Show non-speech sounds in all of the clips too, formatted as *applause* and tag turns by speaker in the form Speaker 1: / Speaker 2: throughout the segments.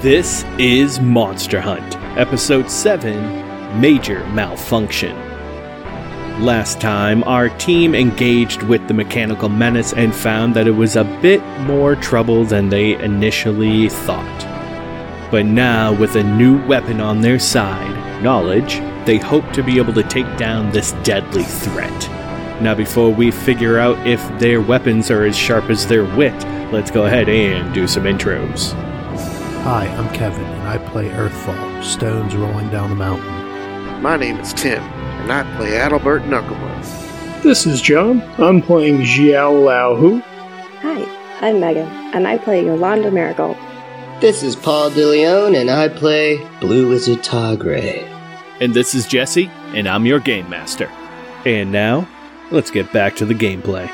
Speaker 1: This is Monster Hunt, Episode 7 Major Malfunction. Last time, our team engaged with the mechanical menace and found that it was a bit more trouble than they initially thought. But now, with a new weapon on their side, knowledge, they hope to be able to take down this deadly threat. Now, before we figure out if their weapons are as sharp as their wit, let's go ahead and do some intros.
Speaker 2: Hi, I'm Kevin, and I play Earthfall, Stones Rolling Down the Mountain.
Speaker 3: My name is Tim, and I play Adalbert Knucklewood.
Speaker 4: This is John. I'm playing Xiao Lao Hu.
Speaker 5: Hi, I'm Megan, and I play Yolanda Marigold.
Speaker 6: This is Paul DeLeon, and I play Blue Wizard Tigre.
Speaker 1: And this is Jesse, and I'm your game master. And now, let's get back to the gameplay.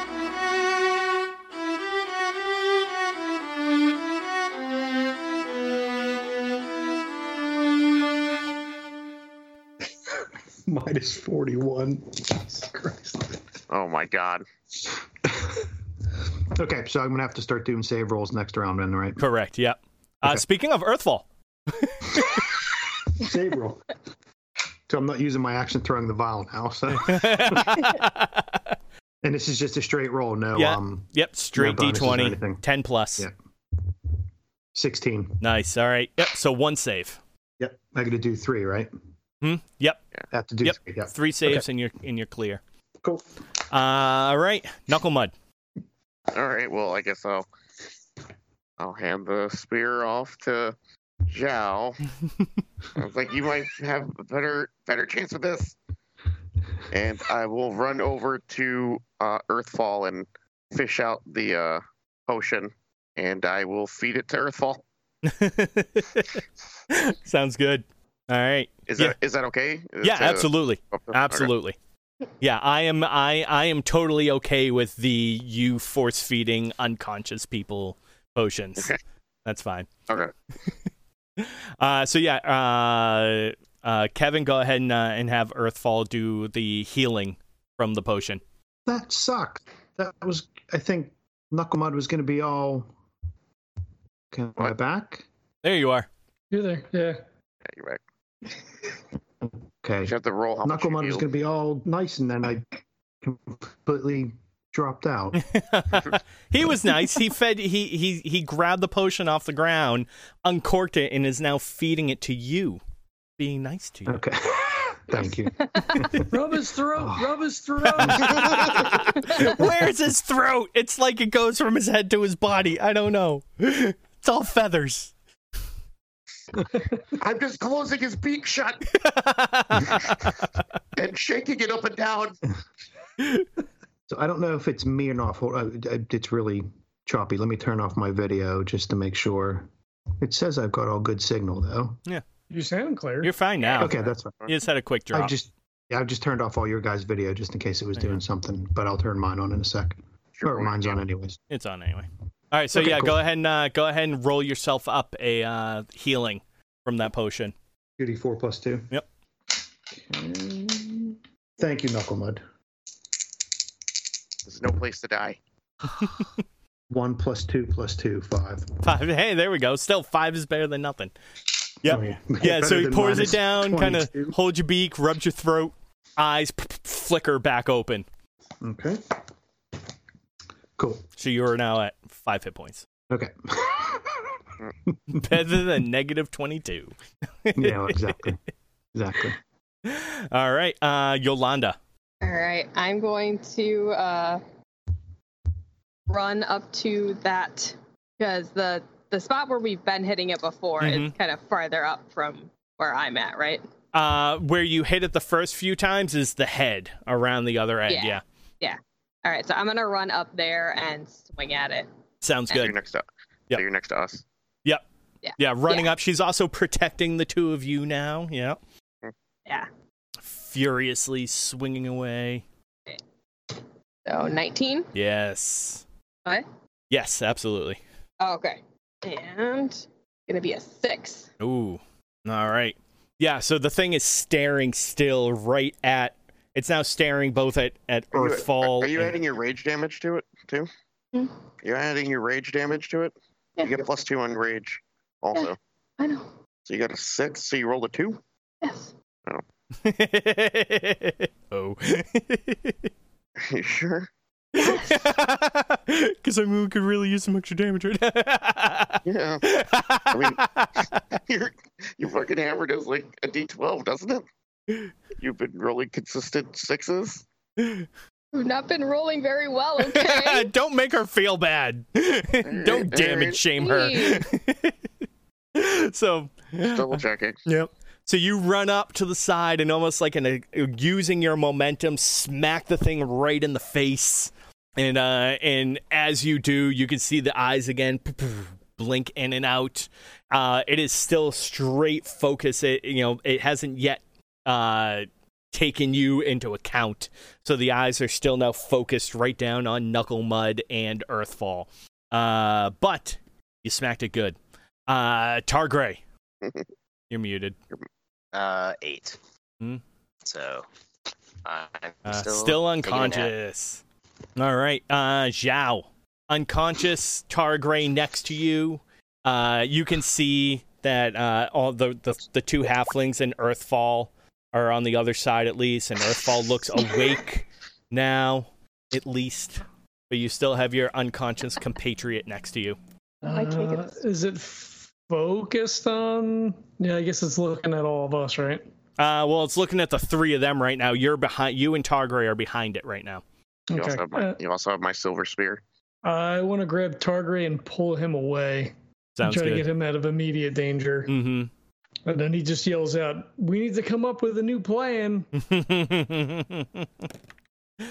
Speaker 4: Minus 41. Jesus Christ.
Speaker 3: Oh my god.
Speaker 2: Okay, so I'm gonna have to start doing save rolls next round, then, right?
Speaker 7: Correct. Yeah. Uh,
Speaker 2: Okay.
Speaker 7: speaking
Speaker 1: *laughs*
Speaker 7: of Earthfall,
Speaker 4: *laughs* Save roll.
Speaker 2: So I'm not using my action throwing the vial now.
Speaker 4: *laughs*
Speaker 2: So,
Speaker 7: yep,
Speaker 2: and this is just a straight roll. No,
Speaker 7: Yeah.
Speaker 2: um,
Speaker 7: straight
Speaker 2: bonuses or anything.
Speaker 7: D20, 10 plus.
Speaker 2: Yeah. sixteen.
Speaker 7: Nice. All right. Yep. So one save.
Speaker 2: Yep, I got to do three, right?
Speaker 7: Hmm? Yep.
Speaker 2: I have to do
Speaker 7: Yep.
Speaker 2: three. Yep.
Speaker 7: Three saves and you're and you're clear.
Speaker 4: Cool.
Speaker 7: Uh, all right. Knuckle mud. *laughs*
Speaker 3: All right, well, I guess I'll I'll hand the spear off to *laughs* Zhao. I was like, you might have a better better chance with this. And I will run over to uh, Earthfall and fish out the uh, potion, and I will feed it to Earthfall.
Speaker 7: Sounds good. All right.
Speaker 3: Is
Speaker 7: Yeah.
Speaker 3: that is that okay?
Speaker 7: Yeah,
Speaker 3: To-
Speaker 7: absolutely.
Speaker 3: *laughs* Okay.
Speaker 7: Absolutely. Yeah, I am I I am totally okay with the you force feeding unconscious people potions.
Speaker 3: Okay.
Speaker 7: That's fine.
Speaker 3: Okay.
Speaker 7: *laughs* Uh so yeah, uh uh Kevin go ahead and uh, and have Earthfall do the healing from the potion.
Speaker 2: That sucked. That was, I think, Knucklemud was gonna be all. Can I
Speaker 3: What?
Speaker 2: back?
Speaker 7: There you are. *laughs*
Speaker 4: You're there. Yeah.
Speaker 3: Yeah, you're back.
Speaker 2: Okay.
Speaker 3: You have to roll. How much you
Speaker 2: Knucklemud was
Speaker 3: healed.
Speaker 2: gonna be all nice, and then I completely dropped out.
Speaker 7: he was nice. He fed he he he grabbed the potion off the ground, uncorked it and is now feeding it to you. Being nice to you.
Speaker 2: Okay. *laughs* Thank you.
Speaker 8: *laughs* Rub his throat.
Speaker 2: Oh.
Speaker 8: Rub his throat.
Speaker 7: *laughs* Where's his throat? It's like it goes from his head to his body. I don't know. It's all
Speaker 2: *laughs*
Speaker 7: feathers.
Speaker 3: I'm just closing his beak shut and shaking it up and down.
Speaker 2: So I don't know if it's me or not. Hold- uh, uh, It's really choppy. Let me turn off my video just to make sure. It says I've got all good signal though.
Speaker 4: You sound clear.
Speaker 7: You're fine now.
Speaker 2: Okay, that's fine.
Speaker 7: You just had a quick
Speaker 2: I
Speaker 7: drop.
Speaker 2: just yeah, I've just turned off all your guys' video just in case it was
Speaker 7: Okay.
Speaker 2: doing something. But I'll turn mine on in a sec. Or mine's on anyways.
Speaker 7: It's on anyway. All right, so
Speaker 2: Okay,
Speaker 7: yeah,
Speaker 2: cool.
Speaker 7: go ahead and uh, go ahead and roll yourself up a uh, healing from that potion.
Speaker 2: Two D four plus two.
Speaker 7: Yep.
Speaker 2: Thank you, Knucklemud.
Speaker 3: There's no place to die.
Speaker 2: One plus two plus two, five.
Speaker 7: Five. Hey, there we go. Still five is better than nothing. Yep.
Speaker 2: Oh, yeah,
Speaker 7: *laughs* Yeah, so
Speaker 2: Better
Speaker 7: he
Speaker 2: than
Speaker 7: pours it
Speaker 2: minus
Speaker 7: down, kind of
Speaker 2: 22.
Speaker 7: hold your beak, rubs your throat, eyes p- p- flicker back open.
Speaker 2: Okay. Cool.
Speaker 7: So you are now at five hit points. *laughs*
Speaker 2: Okay. *laughs*
Speaker 7: Better than negative 22.
Speaker 2: yeah,
Speaker 7: *laughs*
Speaker 2: exactly. Exactly.
Speaker 7: All right, uh, Yolanda.
Speaker 9: All right, I'm going to uh, run up to that because the the spot where we've been hitting it before is
Speaker 7: Mhm.
Speaker 9: kind of farther up from where I'm at, right?
Speaker 7: Uh, where you hit it the first few times is the head around the other end. Yeah.
Speaker 9: Yeah. All right, so I'm gonna run up there and swing at it.
Speaker 7: Sounds
Speaker 3: So
Speaker 7: good.
Speaker 3: you're next to.
Speaker 7: Yep.
Speaker 3: So you're next to us.
Speaker 7: Yep.
Speaker 9: Yeah.
Speaker 7: Yeah, running up. She's also protecting the two of you now. Yeah.
Speaker 3: Mm-hmm.
Speaker 9: Yeah.
Speaker 7: Furiously swinging away.
Speaker 9: So 19.
Speaker 7: Yes.
Speaker 9: What?
Speaker 7: Yes, absolutely.
Speaker 9: Oh, okay. And gonna be a six.
Speaker 7: Ooh. All right. Yeah, so the thing is staring still right at it's now staring both at, at
Speaker 3: Are you-
Speaker 7: Earthfall.
Speaker 3: Are
Speaker 7: *laughs*
Speaker 3: you
Speaker 7: and-
Speaker 3: adding your rage damage to it too?
Speaker 9: Hmm?
Speaker 3: You're adding your rage damage to it.
Speaker 9: Yeah.
Speaker 3: You get plus two on rage, also.
Speaker 9: I know.
Speaker 3: So you got a six. So you rolled a two. *laughs*
Speaker 9: Yes.
Speaker 7: oh. *laughs*
Speaker 3: you sure?
Speaker 7: Because I mean, we could really use some extra damage right
Speaker 3: Yeah. *laughs*
Speaker 7: now. *laughs*
Speaker 3: Your your fucking hammer does like a d12, doesn't it? You've been rolling consistent sixes.
Speaker 9: We've not been rolling very well, okay?
Speaker 7: Don't make her feel bad. *laughs* Don't
Speaker 3: Alright,
Speaker 7: damage
Speaker 3: alright.
Speaker 7: shame her. *laughs* so,
Speaker 3: Double checking.
Speaker 7: yep. So you run up to the side and almost like in a, using your momentum, smack the thing right in the face. And uh, and as you do, you can see the eyes again blink in and out. Uh, it is still straight focus. It you know it hasn't yet uh, taken you into account. So the eyes are still now focused right down on Knuckle Mud and Earthfall. Uh, but you smacked it good. Uh, Targray, you're muted.
Speaker 10: Uh, eight.
Speaker 7: Hmm.
Speaker 10: So I'm
Speaker 7: Uh,
Speaker 10: still,
Speaker 7: still,
Speaker 10: taking a nap.
Speaker 7: unconscious. All right, uh, Zhao, unconscious. Targray next to you. Uh, you can see that uh, all the, the the two halflings and Earthfall are on the other side at least, and Earthfall looks awake now, at least. But you still have your unconscious compatriot next to you.
Speaker 5: I can't get
Speaker 4: Uh,
Speaker 5: this.
Speaker 4: is it focused on? Yeah, I guess it's looking at all of us, right?
Speaker 7: Uh, well, it's looking at the three of them right now. You're behind. You and Targray are behind it right now.
Speaker 3: You
Speaker 4: Okay.
Speaker 3: also have my
Speaker 4: Uh,
Speaker 3: you also have my silver spear.
Speaker 4: I want to grab Targray and pull him away.
Speaker 7: Sounds
Speaker 4: try to get
Speaker 7: good. Mm.
Speaker 4: him out of immediate danger. And then he just yells out, "We need to come up with a new plan."
Speaker 7: Mm-hmm. *laughs*
Speaker 3: I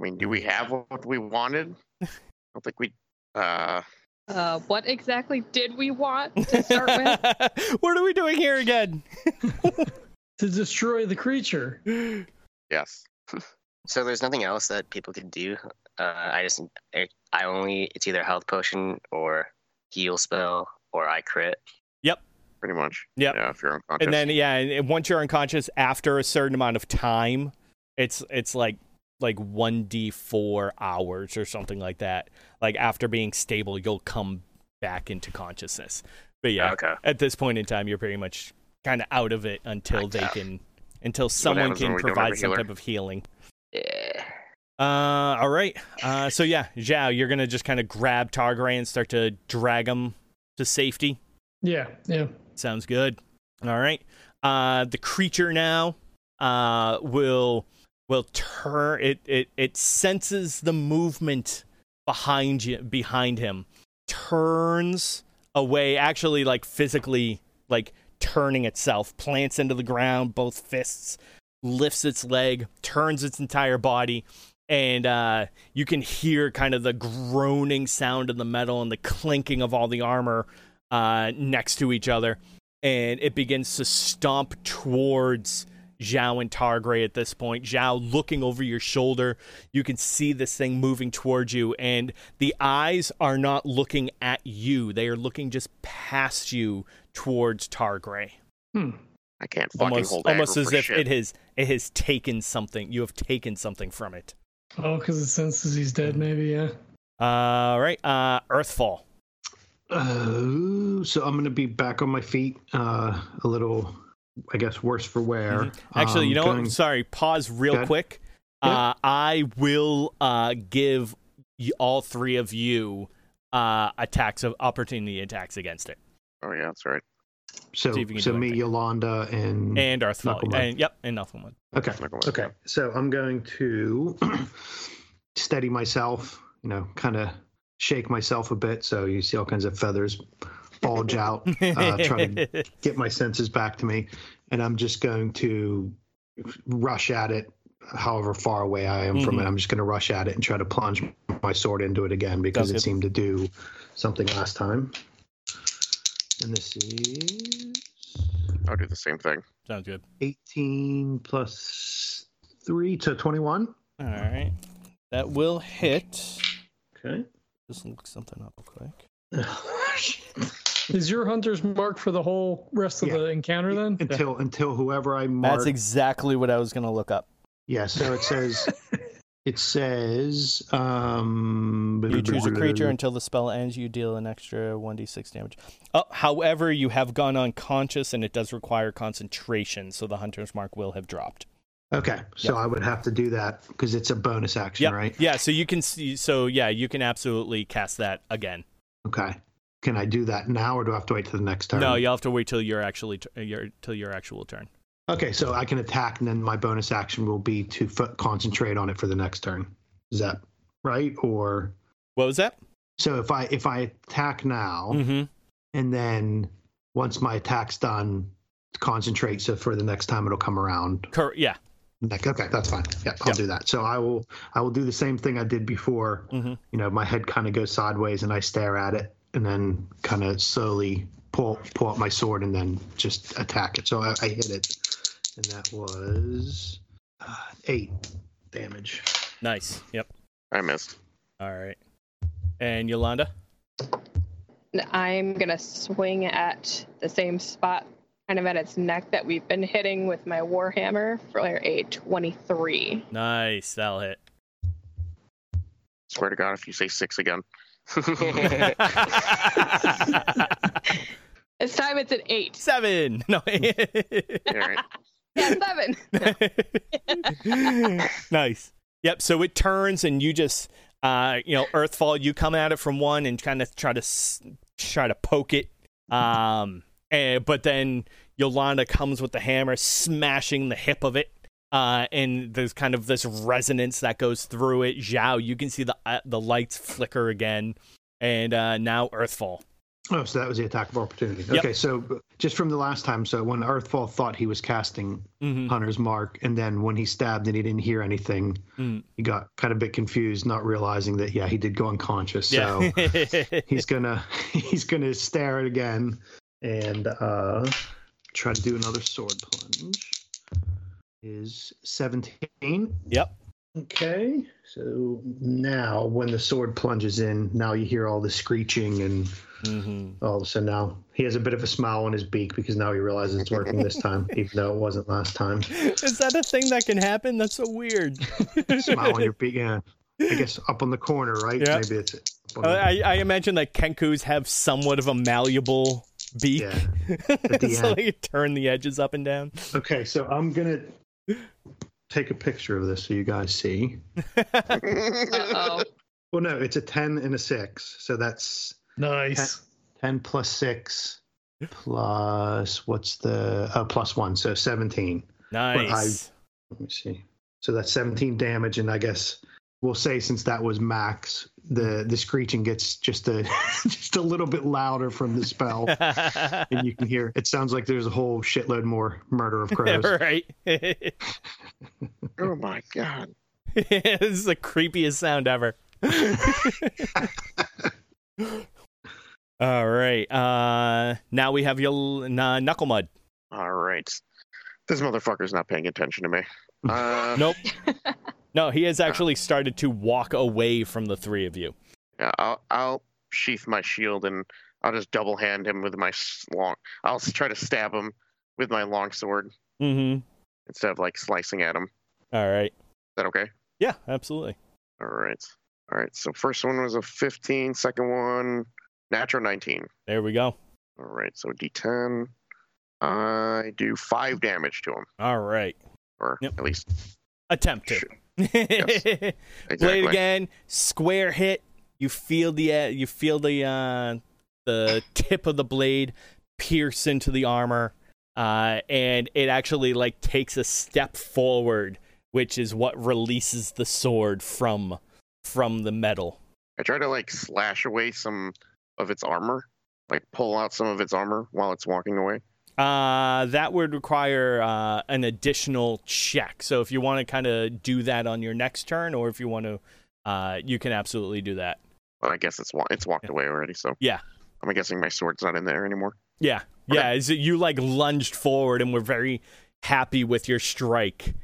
Speaker 3: mean, do we have what we
Speaker 7: *laughs*
Speaker 3: wanted? I don't think we. Uh,
Speaker 9: uh, what exactly did we want to start with?
Speaker 7: *laughs* what are we doing here again?
Speaker 4: to destroy the creature.
Speaker 3: yes.
Speaker 10: So there's nothing else that people could do. Uh, I just I, I only it's either health potion or heal spell or I crit.
Speaker 3: Pretty much.
Speaker 7: Yep.
Speaker 3: Yeah. If you're unconscious.
Speaker 7: And then yeah, and and once you're unconscious, after a certain amount of time, it's it's like like one d four hours or something like that. Like after being stable, you'll come back into consciousness. But yeah,
Speaker 10: Okay.
Speaker 7: at this point in time, you're pretty much kind of out of it until they can until someone
Speaker 3: happens when
Speaker 7: can
Speaker 3: we don't have a
Speaker 7: provide some
Speaker 3: healer.
Speaker 7: type of healing.
Speaker 10: Yeah.
Speaker 7: Uh, all right. Uh, so yeah, Zhao, you're gonna just kind of grab Targaryen and start to drag him to safety.
Speaker 4: Yeah, yeah.
Speaker 7: Sounds good. All right. Uh, the creature now uh, will will turn. It, it it senses the movement behind you behind him. Turns away. Actually, like physically, like turning itself. Plants into the ground. Both fists. Lifts its leg. Turns its entire body. And uh, you can hear kind of the groaning sound of the metal and the clinking of all the armor uh, next to each other, and it begins to stomp towards Zhao and Targray at this point. Zhao looking over your shoulder, you can see this thing moving towards you, and the eyes are not looking at you; they are looking just past you towards Targray.
Speaker 3: I can't fucking
Speaker 7: Almost,
Speaker 3: hold.
Speaker 7: almost
Speaker 3: aggro
Speaker 7: as
Speaker 3: for
Speaker 7: if
Speaker 3: shit.
Speaker 7: it has it has taken something. You have taken something from it.
Speaker 4: Oh, because it senses he's dead, maybe, yeah.
Speaker 7: All right, uh, Earthfall.
Speaker 2: Oh, so I'm going to be back on my feet, uh, a little, I guess, worse for wear.
Speaker 7: Mhm. Actually,
Speaker 2: Um,
Speaker 7: you know what?
Speaker 2: going-
Speaker 7: I'm sorry. Pause real
Speaker 2: Good.
Speaker 7: quick. Uh, I will uh, give y- all three of you uh, attacks of opportunity attacks against it,
Speaker 3: Oh yeah, that's right.
Speaker 2: So,
Speaker 7: see if you can
Speaker 2: so
Speaker 7: do
Speaker 2: me,
Speaker 7: anything.
Speaker 2: Yolanda, and
Speaker 7: and Earthfall,
Speaker 2: Knuckleman.
Speaker 7: and yep, and nothing one.
Speaker 2: okay,
Speaker 3: Knuckle Mud.
Speaker 2: okay. So I'm going to *clears throat* steady myself. You know, kind of shake myself a bit. So you see all kinds of feathers bulge
Speaker 7: *laughs*
Speaker 2: out. Uh, try to get my senses back to me, and I'm just going to rush at it, however far away I am from
Speaker 7: Mhm.
Speaker 2: it, I'm just going to rush at it and try to plunge my sword into it again because
Speaker 7: Sounds
Speaker 2: it
Speaker 7: good.
Speaker 2: seemed to do something last time. And this is
Speaker 3: I'll do the same thing.
Speaker 7: *laughs* Sounds good.
Speaker 2: 18 plus 3 to 21.
Speaker 7: All right. That will hit.
Speaker 2: Okay.
Speaker 7: Just look something up real quick.
Speaker 4: Is your hunter's mark for the whole rest of the
Speaker 2: *laughs*
Speaker 4: encounter then?
Speaker 2: Until until whoever I mark.
Speaker 7: That's exactly what I was going to look up.
Speaker 2: yeah, so it says
Speaker 7: *laughs*
Speaker 2: it says um
Speaker 7: You choose a creature until the spell ends. You deal an extra 1d6 damage. Oh, however, you have gone unconscious and it does require concentration, so the hunter's mark will have dropped.
Speaker 2: Okay, so I would have to do that because it's a bonus action,
Speaker 7: Yep.
Speaker 2: right?
Speaker 7: Yeah, so you can see. So, yeah, you can absolutely cast that again.
Speaker 2: Okay. Can I do that now, or do I have to wait till the next turn?
Speaker 7: No, you'll have to wait till your actually t- uh, your till your actual turn.
Speaker 2: Okay, so I can attack, and then my bonus action will be to f- concentrate on it for the next turn. Is that right? Or
Speaker 7: what was that?
Speaker 2: So if I if I attack now,
Speaker 7: Mm-hmm.
Speaker 2: and then once my attack's done, concentrate. So for the next time, it'll come around.
Speaker 7: Cor- yeah.
Speaker 2: Like, okay, that's fine. Yeah, I'll do that. So I will I will do the same thing I did before. You know, my head kind of goes sideways, and I stare at it, and then kind of slowly pull pull out my sword, and then just attack it. So I, I hit it, and that was uh, eight damage.
Speaker 7: Nice. Yep.
Speaker 3: I missed.
Speaker 7: All right. And Yolanda?
Speaker 9: I'm gonna swing at the same spot, kind of at its neck that we've been hitting with my warhammer for a 23.
Speaker 7: Nice. That'll
Speaker 2: *laughs*
Speaker 7: hit. *laughs*
Speaker 3: Swear to God, if you say six
Speaker 7: *laughs*
Speaker 3: again. *laughs*
Speaker 9: This time it's an eight.
Speaker 7: Seven. *laughs* No.
Speaker 9: *laughs* Yeah, seven.
Speaker 7: *laughs* nice. Yep. So it turns, and you just, uh, you know, Earthfall. You come at it from one and kind of try to s- try to poke it. Um, and, but then Yolanda comes with the hammer, smashing the hip of it. Uh, and there's kind of this resonance that goes through it. Zhao, you can see the uh, the lights flicker again, and uh, now Earthfall.
Speaker 2: Oh, so that was the attack of opportunity.
Speaker 7: Yep.
Speaker 2: Okay, so just from the last time, so when Earthfall thought he was casting
Speaker 7: Mm-hmm.
Speaker 2: Hunter's Mark, and then when he stabbed and he didn't hear anything,
Speaker 7: Mm.
Speaker 2: he got kind of a bit confused, not realizing that yeah, he did go unconscious.
Speaker 7: *laughs*
Speaker 2: So he's gonna *laughs* he's gonna stare it again and uh try to do another sword plunge. Is seventeen.
Speaker 7: Yep.
Speaker 2: Okay. So now when the sword plunges in, now you hear all the screeching and
Speaker 7: Mm-hmm.
Speaker 2: oh, so now he has a bit of a smile on his beak because now he realizes it's working this
Speaker 7: *laughs*
Speaker 2: time, even though it wasn't last time.
Speaker 7: Is that a thing that can happen? That's so weird. *laughs*
Speaker 2: Smile on your beak, yeah. I guess up on the corner, right?
Speaker 7: Yeah.
Speaker 2: Maybe it's
Speaker 7: Uh, I, I imagine that Kenkus have somewhat of a malleable beak. *laughs*
Speaker 2: the
Speaker 7: so
Speaker 2: end.
Speaker 7: they turn the edges up and down.
Speaker 2: Okay, so I'm gonna take a picture of this so you guys see.
Speaker 9: Uh-oh.
Speaker 2: Well, no, it's a ten and a six, so that's
Speaker 4: nice.
Speaker 2: Ten, 10 plus six plus what's the uh, plus one, so seventeen. But
Speaker 7: Nice.
Speaker 2: I, let me see. So that's seventeen damage, and I guess we'll say since that was max, the the screeching gets just a *laughs* just a little bit louder from the spell, and you can hear. *laughs* It sounds like there's a whole shitload more murder of crows.
Speaker 7: *laughs* right. this
Speaker 3: oh my god.
Speaker 7: is the creepiest sound ever. *laughs* All right. Uh, now we have your nah, knuckle mud.
Speaker 3: All right. This motherfucker's not paying attention to
Speaker 7: *laughs*
Speaker 3: me. Uh,
Speaker 7: Nope. no, he has actually started to walk away from the three of you.
Speaker 3: Yeah, I'll, I'll sheath my shield and I'll just double hand him with my s- long. I'll s- try to stab him with my long sword
Speaker 7: Mm-hmm.
Speaker 3: instead of like slicing at him. Is
Speaker 7: All right.
Speaker 3: that okay?
Speaker 7: Yeah, absolutely.
Speaker 3: All right. All right. So first one was a 15, second one natural 19.
Speaker 7: There we go.
Speaker 3: All right. So D10. I do five damage to him,
Speaker 7: All right.
Speaker 3: or at least
Speaker 7: Attempt to. *laughs* Play
Speaker 3: exactly.
Speaker 7: it again. Square hit. You feel the uh, you feel the uh, the tip of the blade pierce into the armor, uh, and it actually like takes a step forward, which is what releases the sword from from the metal.
Speaker 3: I try to like slash away some of its armor, like pull out some of its armor while it's walking away.
Speaker 7: Uh, that would require uh, an additional check. So if you want to kind of do that on your next turn, or if you want to, uh, you can absolutely do that.
Speaker 3: Well, I guess it's wa- it's walked away already. So
Speaker 7: yeah,
Speaker 3: I'm guessing my sword's not in there anymore.
Speaker 7: Yeah, yeah. Is it you like lunged forward and were very happy with your strike,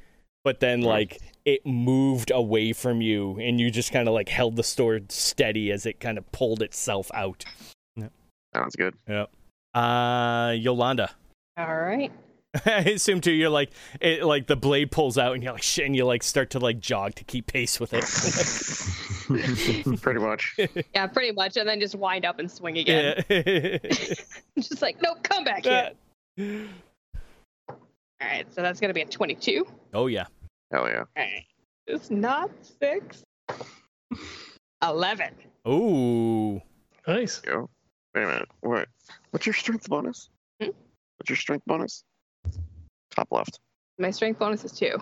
Speaker 7: but then like it moved away from you, and you just kind of like held the sword steady as it kind of pulled itself out.
Speaker 3: Sounds good. *laughs*
Speaker 7: Yep. Uh, Yolanda.
Speaker 9: *laughs*
Speaker 7: *laughs*
Speaker 9: All right.
Speaker 7: I assume too. You're like it, like the blade pulls out, and you're like shit, and you like start to like jog to keep pace with it.
Speaker 3: Pretty much.
Speaker 9: Yeah, pretty much. And then just wind up and swing again.
Speaker 7: Yeah.
Speaker 9: *laughs* just like, nope, come back
Speaker 7: *laughs*
Speaker 9: here. All right, so that's going to be a 22.
Speaker 7: oh yeah.
Speaker 3: Hell yeah.
Speaker 9: All right. It's not six. 11.
Speaker 7: Ooh.
Speaker 4: Nice.
Speaker 3: Go. Wait a minute. What? What's your strength bonus?
Speaker 9: Hmm?
Speaker 3: What's your strength bonus? Top left.
Speaker 9: My strength bonus is two.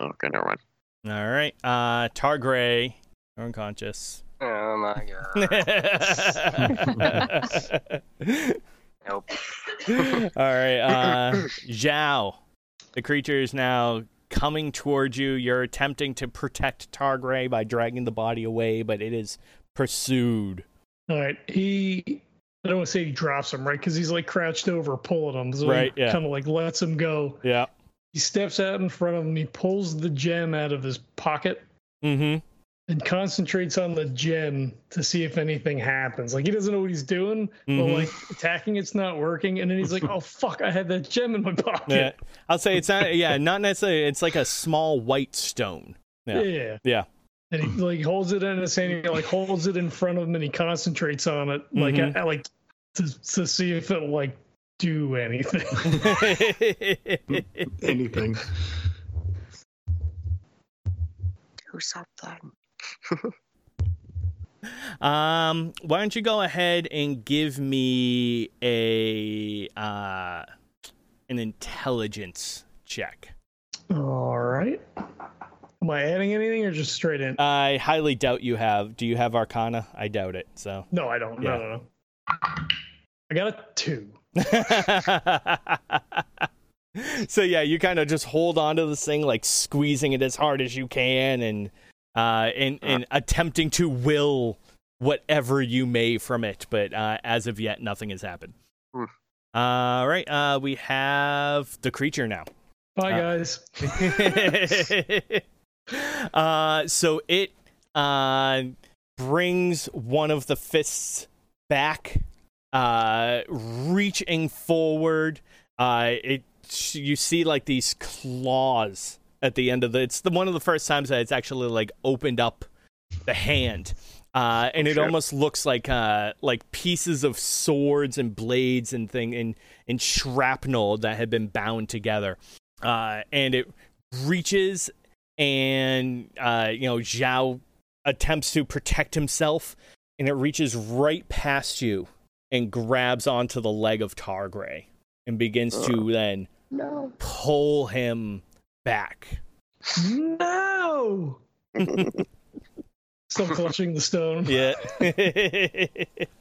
Speaker 3: Okay, never mind.
Speaker 7: All right. Uh, Targray, you're unconscious.
Speaker 10: Oh
Speaker 7: *laughs*
Speaker 10: my god. Nope.
Speaker 7: All right, uh, Zhao. The creature is now coming towards you. You're attempting to protect Targray by dragging the body away, but it is pursued.
Speaker 4: All right. He, I don't want to say he drops him, right? Because he's like crouched over, pulling him. So
Speaker 7: Right,
Speaker 4: He
Speaker 7: yeah.
Speaker 4: Kind of like lets him go.
Speaker 7: Yeah.
Speaker 4: He steps out in front of him. He pulls the gem out of his pocket
Speaker 7: Mm-hmm.
Speaker 4: and concentrates on the gem to see if anything happens. Like he doesn't know what he's doing,
Speaker 7: Mhm.
Speaker 4: but like attacking it's not working. And then he's like, oh, fuck, I had that gem in my pocket.
Speaker 7: Yeah. I'll say it's not. Yeah, not necessarily. It's like a small white stone. Yeah.
Speaker 4: *laughs* Yeah.
Speaker 7: Yeah.
Speaker 4: And he like holds it in his hand. He like holds it in front of him, and he concentrates on it, like
Speaker 7: Mhm.
Speaker 4: I, like to to see if it like do anything.
Speaker 7: *laughs*
Speaker 2: Anything.
Speaker 10: Do something.
Speaker 7: Um, why don't you go ahead and give me a uh, an intelligence check?
Speaker 4: All right. Am I adding anything or just straight in?
Speaker 7: I highly doubt you have. Do you have Arcana? I doubt it. So
Speaker 4: No, I don't.
Speaker 7: Yeah.
Speaker 4: No, no, no. I got a two.
Speaker 7: *laughs* so yeah, you kind of just hold on to this thing, like squeezing it as hard as you can, and uh, and and attempting to will whatever you may from it. But uh, as of yet, nothing has happened.
Speaker 3: Hmm.
Speaker 7: All right, uh, we have the creature now.
Speaker 4: Bye,
Speaker 7: Uh,
Speaker 4: guys.
Speaker 7: *laughs* uh, so it uh, brings one of the fists back, uh, reaching forward. Uh, it you see like these claws at the end of the. It's the one of the first times that it's actually like opened up the hand. Uh, and it
Speaker 3: shit.
Speaker 7: almost looks like uh, like pieces of swords and blades and thing and, and shrapnel that had been bound together. Uh, and it reaches and uh, you know Zhao attempts to protect himself, and it reaches right past you and grabs onto the leg of Targray and begins to then
Speaker 9: No.
Speaker 7: pull him back.
Speaker 4: No. Still clutching the stone.
Speaker 7: Yeah. *laughs*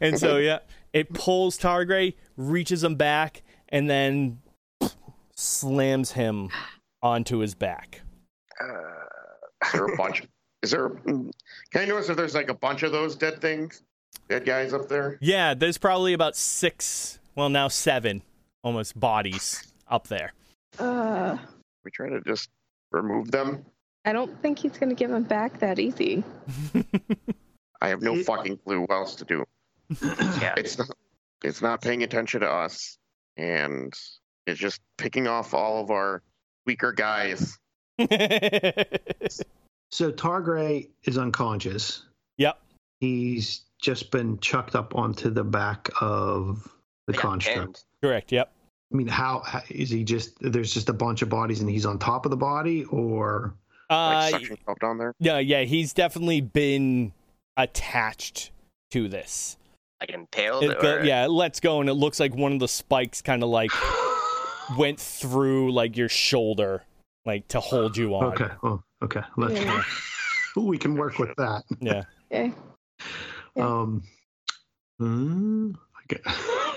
Speaker 7: and so yeah, it pulls Targray, reaches him back, and then slams him onto his back.
Speaker 3: Is there a bunch? Is there? Can I notice if there's like a bunch of those dead things, dead guys up there?
Speaker 7: Yeah, there's probably about six, well, now seven almost bodies up there. *laughs*
Speaker 9: Uh,
Speaker 3: We try to just remove them.
Speaker 9: I don't think he's going to give him back that easy.
Speaker 3: I have no
Speaker 2: It-
Speaker 3: fucking clue what else to do.
Speaker 10: Yeah.
Speaker 3: It's not. It's not paying attention to us, and it's just picking off all of our weaker guys.
Speaker 7: yep.
Speaker 2: So Targray is unconscious. He's just been chucked up onto the back of the
Speaker 10: They got
Speaker 2: construct.
Speaker 10: pinned.
Speaker 7: Correct. Yep.
Speaker 2: I mean, how, how is he just? There's just a bunch of bodies, and he's on top of the body, or
Speaker 3: Like
Speaker 7: Uh,
Speaker 3: suction cup down there.
Speaker 7: yeah, yeah. He's definitely been attached to this.
Speaker 10: Like impaled
Speaker 7: It go-
Speaker 10: or
Speaker 7: yeah, it lets go, and it looks like one of the spikes kind of like went through like your shoulder, like to hold you on.
Speaker 2: okay, oh, okay, let's.
Speaker 9: Yeah.
Speaker 2: Ooh, we can work with that.
Speaker 9: *laughs*
Speaker 7: Yeah.
Speaker 9: Okay. Yeah.
Speaker 2: Um, mm, I, gue- hmm, *laughs*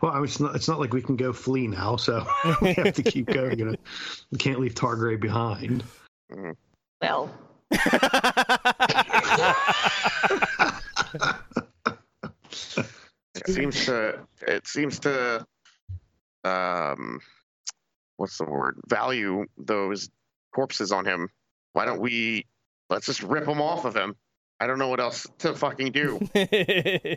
Speaker 2: Well, I was, it's not, it's not like we can go flee now, so *laughs* we have to keep going. You know, we can't leave Targray behind.
Speaker 9: Well.
Speaker 3: It seems to it seems to um what's the word value those corpses on him. Why don't we let's just rip them off of him? I don't know what else to fucking
Speaker 7: *laughs*
Speaker 3: do.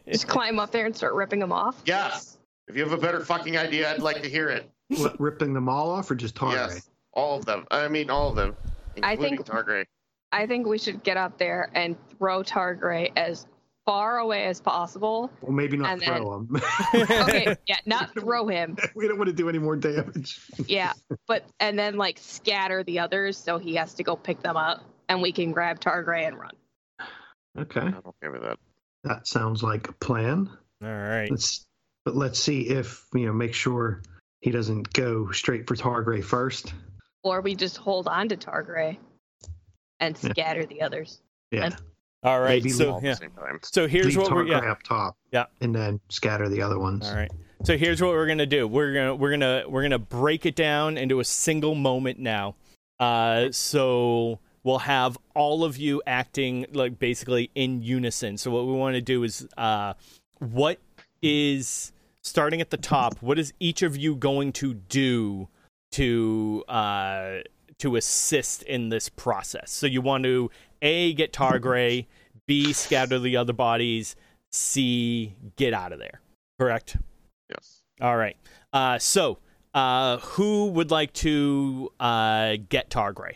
Speaker 9: Just climb up there and start ripping them off.
Speaker 3: yes. If you have a better fucking idea, I'd like to hear it.
Speaker 9: *laughs*
Speaker 2: What, ripping them all off or just Targray?
Speaker 3: Yes. All of them. I mean all of them.
Speaker 9: I
Speaker 3: Including
Speaker 9: think-
Speaker 3: Targray.
Speaker 9: I think we should get up there and throw Targray as far away as possible.
Speaker 2: Well, maybe not
Speaker 9: And
Speaker 2: throw them.
Speaker 9: Okay, yeah, not throw him.
Speaker 2: *laughs* we don't want to do any more damage.
Speaker 9: Yeah, but and then like scatter the others so he has to go pick them up and we can grab Targray and run.
Speaker 2: Okay.
Speaker 3: I'm okay with that.
Speaker 2: That sounds like a plan.
Speaker 7: *laughs* All right.
Speaker 2: Let's, but let's see if, you know, make sure he doesn't go straight for Targray first.
Speaker 9: Or we just hold on to Targray and
Speaker 2: Yeah.
Speaker 9: scatter the others.
Speaker 2: Yeah.
Speaker 7: All right.
Speaker 2: Maybe
Speaker 7: So
Speaker 2: leave-
Speaker 7: yeah.
Speaker 3: Same time.
Speaker 7: So here's
Speaker 2: Leave
Speaker 7: what we're
Speaker 2: Targray
Speaker 7: yeah.
Speaker 2: up top.
Speaker 7: Yeah.
Speaker 2: And then scatter the other ones.
Speaker 7: All right. So here's what we're gonna do. We're gonna we're gonna we're gonna break it down into a single moment now. Uh, so we'll have all of you acting like basically in unison. So what we want to do is, uh, what is starting at the top? What is each of you going to do to uh, to assist in this process? So you want to a get Targray, b scatter the other bodies, c get out of there. Correct.
Speaker 3: Yes.
Speaker 7: All right. Uh, so, uh, who would like to uh, get Targray?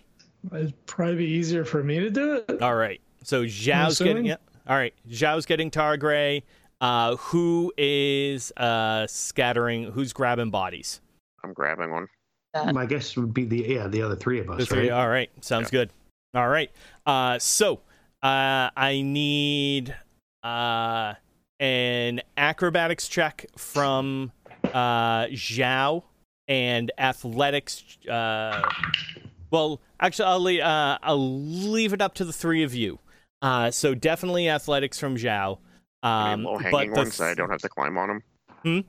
Speaker 4: It'd probably be easier for me to do it.
Speaker 7: All right. So Zhao's getting
Speaker 4: assuming?
Speaker 7: yeah. All right. Zhao's getting Targray. Uh, who is uh, scattering? Who's grabbing bodies?
Speaker 3: I'm grabbing one.
Speaker 2: My guess would be the yeah the other three of us,
Speaker 7: The three-
Speaker 2: right?
Speaker 7: All right. Sounds good. All right. Uh, so uh, I need uh, an acrobatics check from uh, Zhao and athletics. Uh, well, actually, I'll, lea- uh, I'll leave it up to the three of you. Uh, so definitely athletics from Zhao.
Speaker 3: Any
Speaker 7: Um,
Speaker 3: low
Speaker 7: but
Speaker 3: hanging
Speaker 7: the
Speaker 3: ones that I don't have to climb on them?
Speaker 7: Hmm?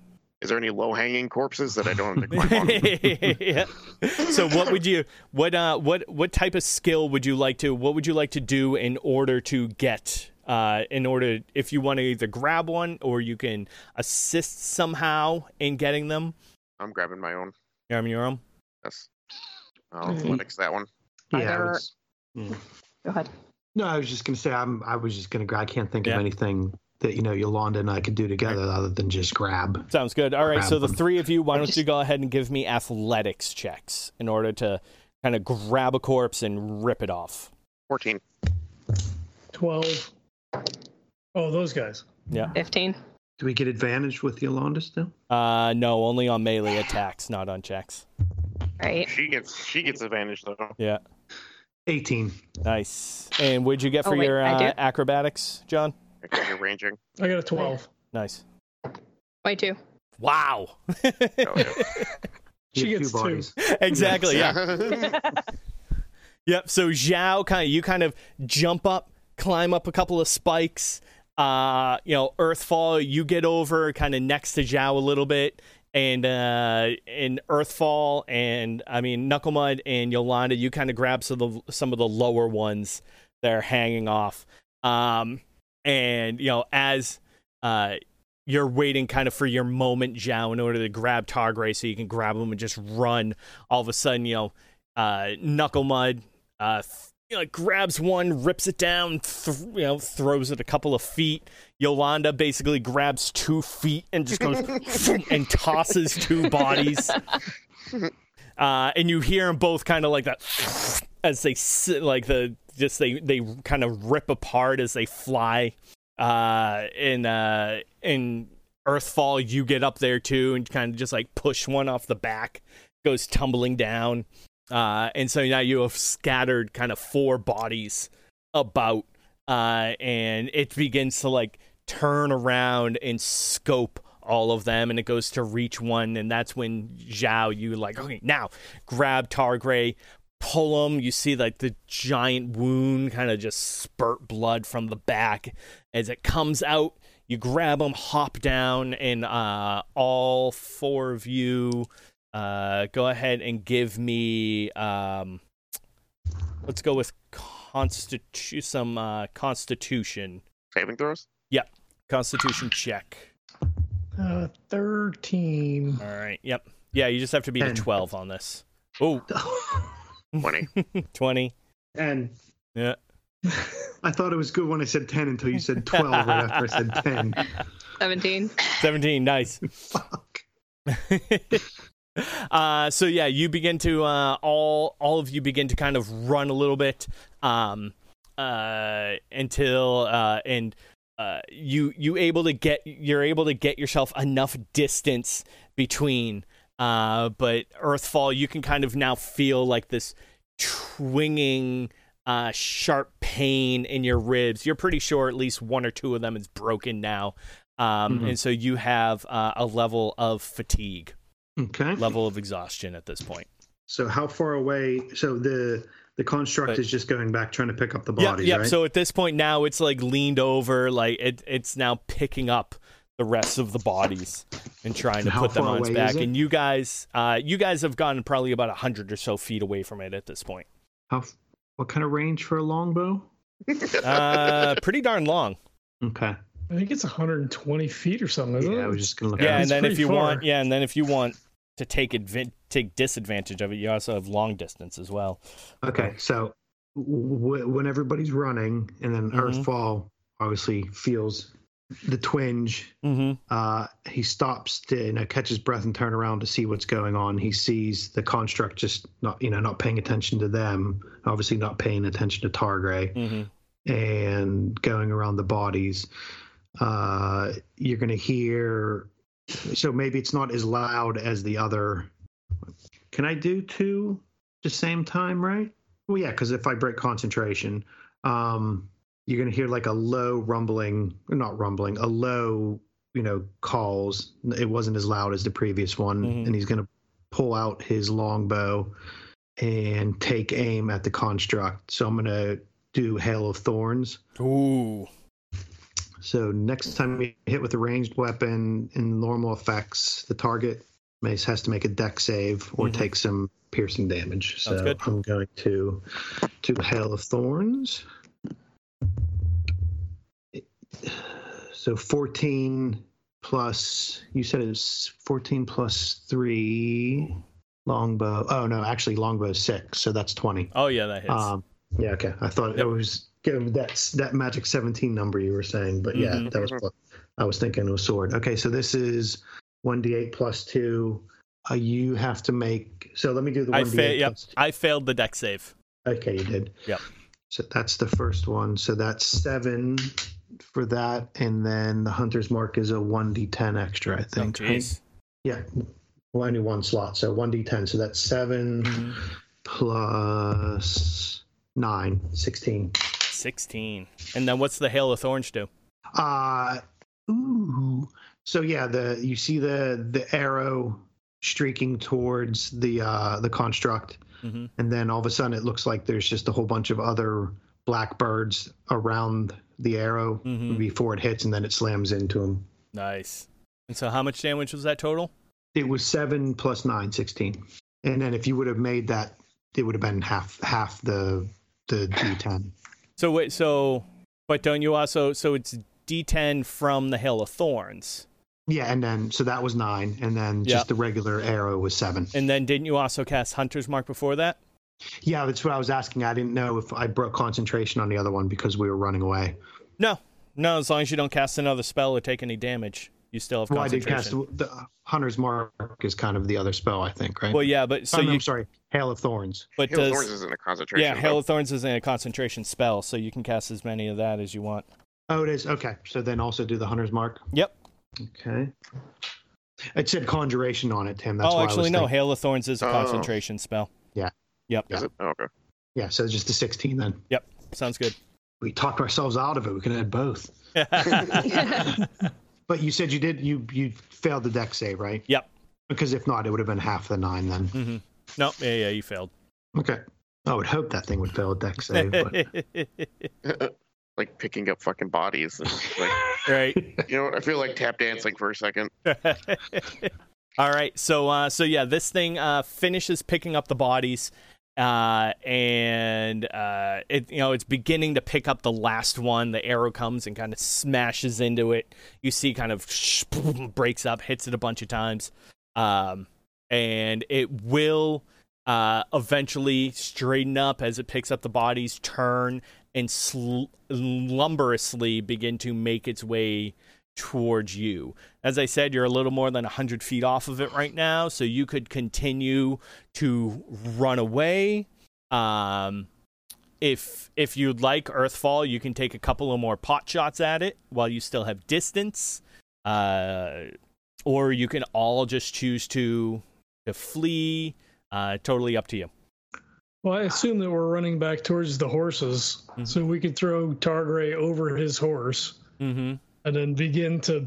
Speaker 3: Is there any low hanging corpses that I don't
Speaker 7: *laughs*
Speaker 3: have to climb on?
Speaker 7: yeah.
Speaker 2: *laughs*
Speaker 7: So what would you what uh what what type of skill would you like to what would you like to do in order to get uh in order if you want to either grab one or you can assist somehow in getting them?
Speaker 3: I'm grabbing my own.
Speaker 7: You know your own?
Speaker 3: Yes. I'll athletics that one.
Speaker 2: Yeah. I
Speaker 9: Either-
Speaker 2: was-
Speaker 7: Hmm.
Speaker 2: yeah.
Speaker 9: Go ahead.
Speaker 2: No, I was just gonna say I'm. I was just gonna. gra- I can't think
Speaker 7: Yeah.
Speaker 2: of anything that you know Yolanda and I could do together other than just grab.
Speaker 7: Sounds good. All right,
Speaker 2: Grab
Speaker 7: so the
Speaker 2: them.
Speaker 7: three of you, why don't you go ahead and give me athletics checks in order to kind of grab a corpse and rip it off.
Speaker 3: 14.
Speaker 4: 12. Oh, those guys.
Speaker 7: Yeah.
Speaker 9: Fifteen.
Speaker 2: Do we get advantage with Yolanda still?
Speaker 7: Uh no, only on melee attacks, not on checks.
Speaker 9: Right.
Speaker 3: She gets she gets advantage though.
Speaker 7: Yeah.
Speaker 2: Eighteen.
Speaker 7: Nice. And what'd you get
Speaker 9: Oh,
Speaker 7: for
Speaker 9: wait,
Speaker 7: your
Speaker 9: I
Speaker 7: uh,
Speaker 9: do?
Speaker 7: acrobatics, John?
Speaker 3: *laughs* Because you're ranging.
Speaker 4: I got a 12.
Speaker 7: Nice.
Speaker 9: Twenty-two.
Speaker 7: Wow.
Speaker 3: Oh, yeah.
Speaker 2: You
Speaker 4: She
Speaker 2: have
Speaker 4: gets two.
Speaker 7: *laughs*
Speaker 4: *laughs*
Speaker 7: exactly. Yeah. Yep. So Zhao kind of you kind of jump up, climb up a couple of spikes. Uh, you know, Earthfall, you get over kind of next to Zhao a little bit, and uh, and Earthfall and I mean Knucklemud and Yolanda, you kind of grab some of the, some of the lower ones that are hanging off. Um, and you know as uh you're waiting kind of for your moment, Zhao, in order to grab Targray so you can grab him and just run. All of a sudden, you know, uh, Knuckle Mud uh, th- you know, grabs one, rips it down, th- you know, throws it a couple of feet. Yolanda basically grabs two feet and just goes *laughs* and tosses two bodies. Uh, and you hear them both kind of like that *sniffs* as they sit, like the just they they kind of rip apart as they fly. Uh, in uh, in Earthfall, you get up there too and kind of just like push one off the back, goes tumbling down. Uh, and so now you have scattered kind of four bodies about, uh, and it begins to like turn around and scope all of them, and it goes to reach one, and that's when Zhao, you like, okay, now grab Targray, pull him. You see like the giant wound kind of just spurt blood from the back as it comes out. you grab him, hop down, and uh, all four of you uh, go ahead and give me. Um, let's go with constitu- some uh, Constitution
Speaker 3: *laughs* saving throws.
Speaker 7: Yep, Constitution check.
Speaker 4: Uh, thirteen.
Speaker 7: All right. Yep. Yeah, you just have to beat a
Speaker 4: Ten.
Speaker 7: twelve on this. Oh.
Speaker 3: 20.
Speaker 7: 20.
Speaker 2: And
Speaker 7: yeah.
Speaker 2: I thought it was good when I said 10 until you said 12 right after I said
Speaker 7: *laughs*
Speaker 2: 10.
Speaker 9: *laughs* 17.
Speaker 7: 17 nice *laughs* uh so yeah you begin to uh all all of you begin to kind of run a little bit um uh until uh and uh you you able to get you're able to get yourself enough distance between uh but earthfall you can kind of now feel like this twinging uh, sharp pain in your ribs. You're pretty sure at least one or two of them is broken now. Um,
Speaker 2: Mhm.
Speaker 7: And so you have uh, a level of fatigue,
Speaker 2: Okay.
Speaker 7: level of exhaustion at this point.
Speaker 2: So how far away? So the the construct is just going back trying to pick up the
Speaker 7: Yeah,
Speaker 2: bodies,
Speaker 7: yeah.
Speaker 2: right?
Speaker 7: So at this point now, it's like leaned over, like it, it's now picking up the rest of the bodies and trying to
Speaker 2: How
Speaker 7: put them
Speaker 2: far
Speaker 7: on its
Speaker 2: away
Speaker 7: back.
Speaker 2: is it?
Speaker 7: And you guys, uh, you guys have gotten probably about a hundred or so feet away from it at this point.
Speaker 2: how f- what kind of range for a longbow?
Speaker 7: Uh, *laughs* pretty darn long.
Speaker 2: Okay.
Speaker 4: I think it's 120 feet or something, isn't it?
Speaker 2: Yeah, I was just gonna look
Speaker 7: Yeah,
Speaker 2: at
Speaker 7: and
Speaker 4: It's
Speaker 7: then if
Speaker 4: pretty
Speaker 7: you
Speaker 4: far.
Speaker 7: want, yeah, and then if you want to take advan take disadvantage of it, you also have long distance as well.
Speaker 2: Okay, so w- when everybody's running, and then
Speaker 7: Mm-hmm.
Speaker 2: Earthfall obviously feels the twinge. Uh, he stops to you know, catch his breath and turn around to see what's going on. He sees the construct just not you know not paying attention to them, obviously not paying attention to Targray,
Speaker 7: Mm-hmm.
Speaker 2: and going around the bodies. Uh, you're gonna hear. So maybe it's not as loud as the other. Can I do two the same time, right? Well, yeah, because if I break concentration, um, you're gonna hear like a low rumbling, not rumbling, a low, you know, calls. It wasn't as loud as the previous one, and he's gonna pull out his longbow and take aim at the construct. So I'm gonna do hail of thorns.
Speaker 7: Ooh.
Speaker 2: So next time you hit with a ranged weapon in normal effects, the target mace has to make a deck save or take some piercing damage.
Speaker 7: Mm-hmm. Sounds
Speaker 2: so
Speaker 7: good.
Speaker 2: I'm going to to hail of thorns. So 14 plus you said it was 14 plus 3 longbow. Oh no, actually longbow is 6, so that's 20.
Speaker 7: Oh yeah, that hits.
Speaker 2: Um, yeah, okay. I thought it was given that that magic seventeen number you were saying, but yeah,
Speaker 7: Mhm.
Speaker 2: that was. what I was thinking it was sword. Okay, so this is one d eight plus two. Uh, you have to make. So let me do the
Speaker 7: I
Speaker 2: one d
Speaker 7: fa-
Speaker 2: eight.
Speaker 7: yep, I failed the deck save.
Speaker 2: Okay, you did.
Speaker 7: Yep.
Speaker 2: So that's the first one. So that's seven for that, and then the hunter's mark is a one d ten extra. I think. right?
Speaker 7: Oh, Jeez.
Speaker 2: Yeah, well, only one slot, so one d10. So that's 7
Speaker 7: Mm-hmm.
Speaker 2: plus 9, 16.
Speaker 7: 16. And then what's the Hail of Thorns do?
Speaker 2: Uh, ooh. So yeah, the you see the the arrow streaking towards the uh, the construct,
Speaker 7: Mhm.
Speaker 2: and then all of a sudden it looks like there's just a whole bunch of other blackbirds around the arrow
Speaker 7: Mhm.
Speaker 2: before it hits, and then it slams into him.
Speaker 7: Nice. And so how much damage was that total?
Speaker 2: It was seven plus nine, 16. And then if you would have made that, it would have been half half the the D10.
Speaker 7: So wait, so but don't you also so it's D10 from the Hail of Thorns.
Speaker 2: Yeah, and then so that was nine, and then
Speaker 7: Yeah.
Speaker 2: just the regular arrow was seven.
Speaker 7: And then didn't you also cast Hunter's Mark before that?
Speaker 2: Yeah, that's what I was asking. I didn't know if I broke concentration on the other one because we were running away.
Speaker 7: No. No, as long as you don't cast another spell or take any damage, you still have
Speaker 2: Well, I did
Speaker 7: concentration.
Speaker 2: cast the uh, Hunter's Mark is kind of the other spell, I think, right?
Speaker 7: Well, yeah, but so
Speaker 2: Oh, no,
Speaker 7: you
Speaker 2: I'm sorry, Hail of Thorns.
Speaker 7: but
Speaker 3: Hail of
Speaker 7: does-
Speaker 3: Thorns isn't a concentration,
Speaker 7: Yeah, Hail
Speaker 3: though.
Speaker 7: of Thorns isn't a concentration spell, so you can cast as many of that as you want.
Speaker 2: Oh, it is okay. So then also do the Hunter's Mark.
Speaker 7: Yep.
Speaker 2: Okay. It said conjuration on it, Tim. That's
Speaker 7: oh,
Speaker 2: why I
Speaker 7: actually,
Speaker 2: was
Speaker 7: no.
Speaker 2: thinking-
Speaker 7: Hail of Thorns is a
Speaker 2: Oh.
Speaker 7: concentration spell.
Speaker 2: Yeah.
Speaker 7: Yep.
Speaker 2: Yeah.
Speaker 3: Oh, okay.
Speaker 2: Yeah. So just the 16 then.
Speaker 7: Yep. Sounds
Speaker 2: *laughs*
Speaker 7: good. *laughs*
Speaker 2: We talked ourselves out of it. We can add both. But you said you did. You you failed the deck save, right?
Speaker 7: Yep.
Speaker 2: Because if not, it would have been half the nine then.
Speaker 7: Mm-hmm. Nope. Yeah, yeah, you failed. *laughs*
Speaker 2: Okay. I would hope that thing would fail a deck save. But...
Speaker 3: like picking up fucking bodies. *laughs* And, like,
Speaker 7: right.
Speaker 3: You know, I feel like tap dancing for a second.
Speaker 7: *laughs* All right. So uh, so yeah, this thing uh, finishes picking up the bodies, uh, and uh, it you know it's beginning to pick up the last one. The arrow comes and kind of smashes into it. You see, kind of sh- breaks up, hits it a bunch of times, um, and it will. Uh, eventually straighten up as it picks up the bodies, turn, and sl- lumberously begin to make its way towards you. As I said, you're a little more than 100 feet off of it right now, so you could continue to run away. Um, if if you'd like Earthfall, you can take a couple of more pot shots at it while you still have distance, uh, or you can all just choose to to flee. Uh, totally up to you.
Speaker 4: Well, I assume that we're running back towards the horses, mm-hmm. so we could throw Targray over his horse.
Speaker 7: Mm-hmm
Speaker 4: and then begin to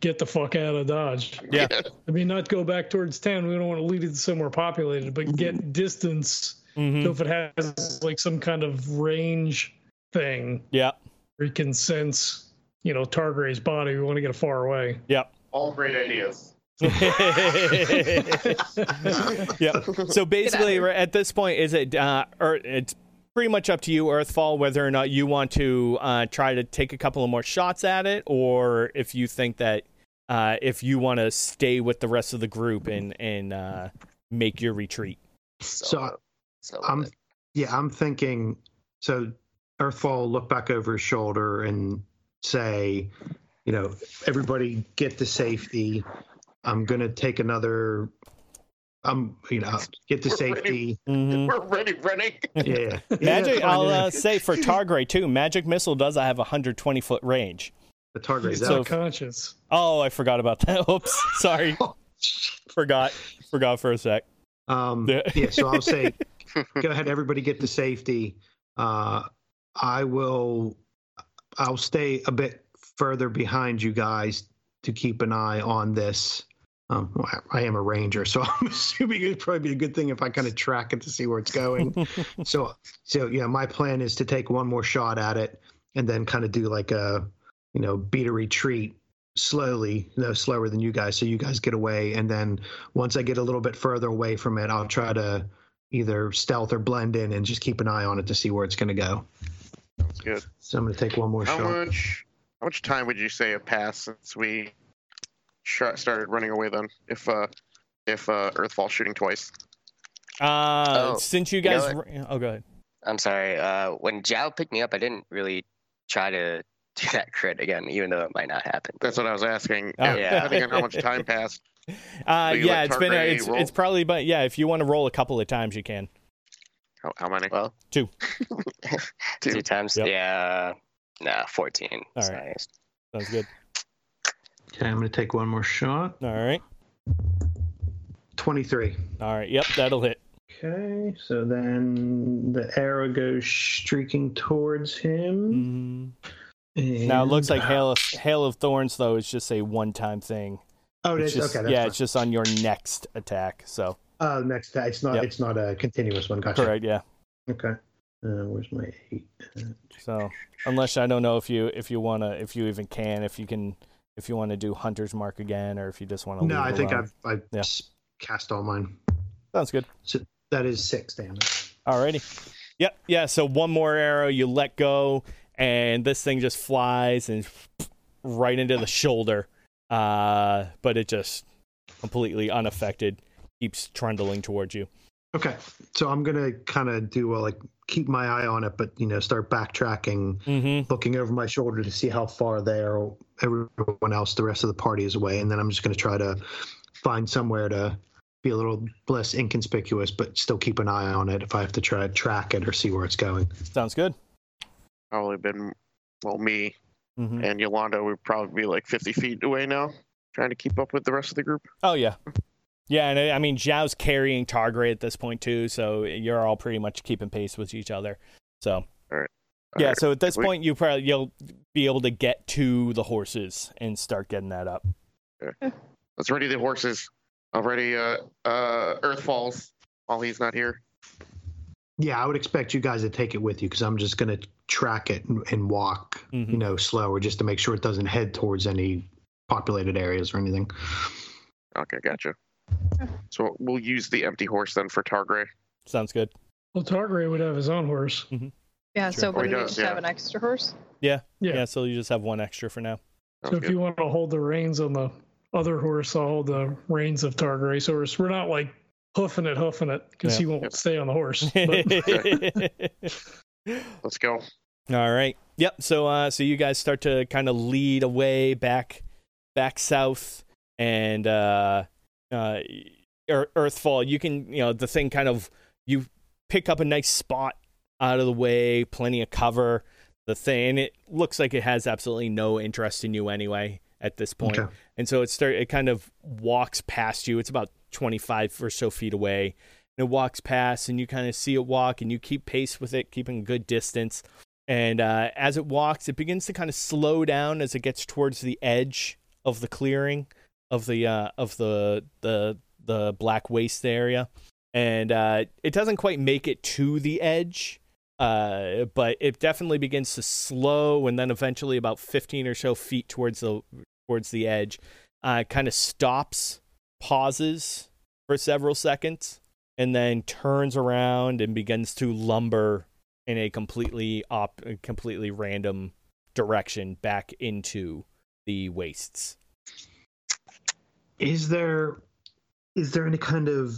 Speaker 4: get the fuck out of Dodge.
Speaker 7: Yeah.
Speaker 4: I mean, not go back towards town. We don't want to lead it somewhere populated, but get distance.
Speaker 7: Mm-hmm.
Speaker 4: So if it has like some kind of range thing,
Speaker 7: yeah,
Speaker 4: we can sense, you know, Targray's body. We want to get far away.
Speaker 7: Yeah.
Speaker 3: All great *laughs* ideas.
Speaker 7: yeah. So basically, at this point, is it uh, or it's pretty much up to you, Earthfall, whether or not you want to uh, try to take a couple of more shots at it, or if you think that uh, if you want to stay with the rest of the group and and uh, make your retreat.
Speaker 2: So, so I'm yeah, I'm thinking. So Earthfall will look back over his shoulder and say, you know, everybody get to safety. I'm gonna take another I'm, you know, get to
Speaker 3: we're
Speaker 2: safety.
Speaker 3: Ready.
Speaker 7: Mm.
Speaker 3: Mm-hmm. We're ready, ready.
Speaker 2: Yeah.
Speaker 7: Magic,
Speaker 2: yeah,
Speaker 7: I'll uh, say for Targray too, Magic Missile does I have 120 foot range.
Speaker 2: The Targray's
Speaker 4: so, out. conscious.
Speaker 7: Oh, I forgot about that. *laughs* Oops. Sorry. oh, forgot. Forgot for a sec.
Speaker 2: Um, yeah. yeah, so I'll say, go ahead, everybody get to safety. Uh, I will, I'll stay a bit further behind you guys to keep an eye on this um, well, I am a ranger, so *laughs* I'm assuming it'd probably be a good thing if I kind of track it to see where it's going. so, so yeah, my plan is to take one more shot at it and then kind of do like a, you know, beat a retreat slowly, you know, slower than you guys, so you guys get away. And then once I get a little bit further away from it, I'll try to either stealth or blend in and just keep an eye on it to see where it's going to go.
Speaker 3: Sounds good.
Speaker 2: So I'm going to take one more
Speaker 3: how
Speaker 2: shot.
Speaker 3: Much, how much time would you say have passed since we started running away then if uh if uh earthfall shooting twice
Speaker 7: uh oh, since you guys you know oh go ahead
Speaker 10: i'm sorry uh when jao picked me up i didn't really try to *laughs* do that crit again even though it might not happen
Speaker 3: that's what i was asking oh, yeah i think how much time passed
Speaker 7: uh yeah it's been a, it's, roll? it's probably but yeah if you want to roll a couple of times you can
Speaker 3: how, how many
Speaker 10: well
Speaker 7: two
Speaker 10: *laughs* two. two times yep. yeah nah 14
Speaker 7: all right nice. sounds good
Speaker 2: Okay, I'm going to take one more shot.
Speaker 7: All right.
Speaker 2: 23.
Speaker 7: All right. Yep, that'll hit.
Speaker 2: Okay, so then the arrow goes streaking towards him.
Speaker 7: Mm-hmm. Now it looks like Hail
Speaker 2: uh,
Speaker 7: of, Hail of Thorns, though, is just a one time thing.
Speaker 2: Oh, it
Speaker 7: it's
Speaker 2: is?
Speaker 7: Just,
Speaker 2: okay.
Speaker 7: yeah,
Speaker 2: fine.
Speaker 7: it's just on your next attack. So.
Speaker 2: Uh, next, it's not.
Speaker 7: Yep.
Speaker 2: It's not a continuous one. Gotcha.
Speaker 7: Correct. Yeah.
Speaker 2: Okay. Uh, where's my eight?
Speaker 7: So, unless I don't know if you if you wanna if you even can if you can if you want to do hunter's mark again or if you just want to
Speaker 2: no i think
Speaker 7: alone.
Speaker 2: i've, I've
Speaker 7: yeah.
Speaker 2: cast all mine
Speaker 7: sounds good
Speaker 2: so that is six damage
Speaker 7: alrighty yep yeah so one more arrow you let go and this thing just flies and right into the shoulder uh, but it just completely unaffected keeps trundling towards you
Speaker 2: okay so i'm gonna kind of do a like keep my eye on it, but you know, start backtracking,
Speaker 7: mm-hmm.
Speaker 2: looking over my shoulder to see how far they are. Everyone else, the rest of the party is away, and then I'm just going to try to find somewhere to be a little less inconspicuous, but still keep an eye on it if I have to try to track it or see where it's going.
Speaker 7: Sounds good.
Speaker 3: Probably been well, me
Speaker 7: mm-hmm.
Speaker 3: and Yolanda would probably be like 50 feet away now, trying to keep up with the rest of the group.
Speaker 7: Oh yeah. Yeah, and uh, I mean Zhao's carrying Targray at this point too, so you're all pretty much keeping pace with each other. So, all
Speaker 3: right.
Speaker 7: all yeah. Right. So at this we... point, you probably you'll be able to get to the horses and start getting that up.
Speaker 3: Okay. Let's ready the horses. Already, uh, uh, Earth falls while he's not here.
Speaker 2: yeah, I would expect you guys to take it with you because I'm just going to track it and, and walk, you know, slower just to make sure it doesn't head towards any populated areas or anything.
Speaker 3: Okay, gotcha. So we'll use the empty horse then for Targray.
Speaker 7: Sounds good.
Speaker 4: Well, Targray would have his own horse.
Speaker 9: Yeah,
Speaker 4: Sure.
Speaker 9: so
Speaker 4: Oh,
Speaker 9: what
Speaker 4: he
Speaker 9: do we
Speaker 4: does,
Speaker 9: just
Speaker 4: yeah.
Speaker 9: have an extra horse? *sighs*
Speaker 7: Yeah.
Speaker 4: Yeah.
Speaker 7: Yeah. so you just have one extra for now.
Speaker 4: So if you want to hold the reins on the other horse, I'll hold the reins of Targary's horse. We're not like hoofing it, hoofing it, because
Speaker 7: Yeah.
Speaker 4: he won't stay on
Speaker 7: *laughs*
Speaker 4: the horse.
Speaker 3: Let's go.
Speaker 7: All right. Yep. So uh so you guys start to kind of lead away back back south and uh uh Ear- Earthfall, you can you know the thing kind of you pick up a nice spot out of the way, plenty of cover. The thing and it looks like it has absolutely no interest in you anyway at this point.
Speaker 2: Okay.
Speaker 7: And so it start it kind of walks past you. It's about 25 or so feet away. And it walks past and you kind of see it walk and you keep pace with it, keeping good distance. And uh, as it walks, it begins to kind of slow down as it gets towards the edge of the clearing of the uh, of the the the black waste area, and uh, it doesn't quite make it to the edge, uh, but it definitely begins to slow, and then eventually, about fifteen or so feet towards the towards the edge, uh, kind of stops, pauses for several seconds, and then turns around and begins to lumber in a completely op- completely random direction back into the wastes.
Speaker 2: Is there is there any kind of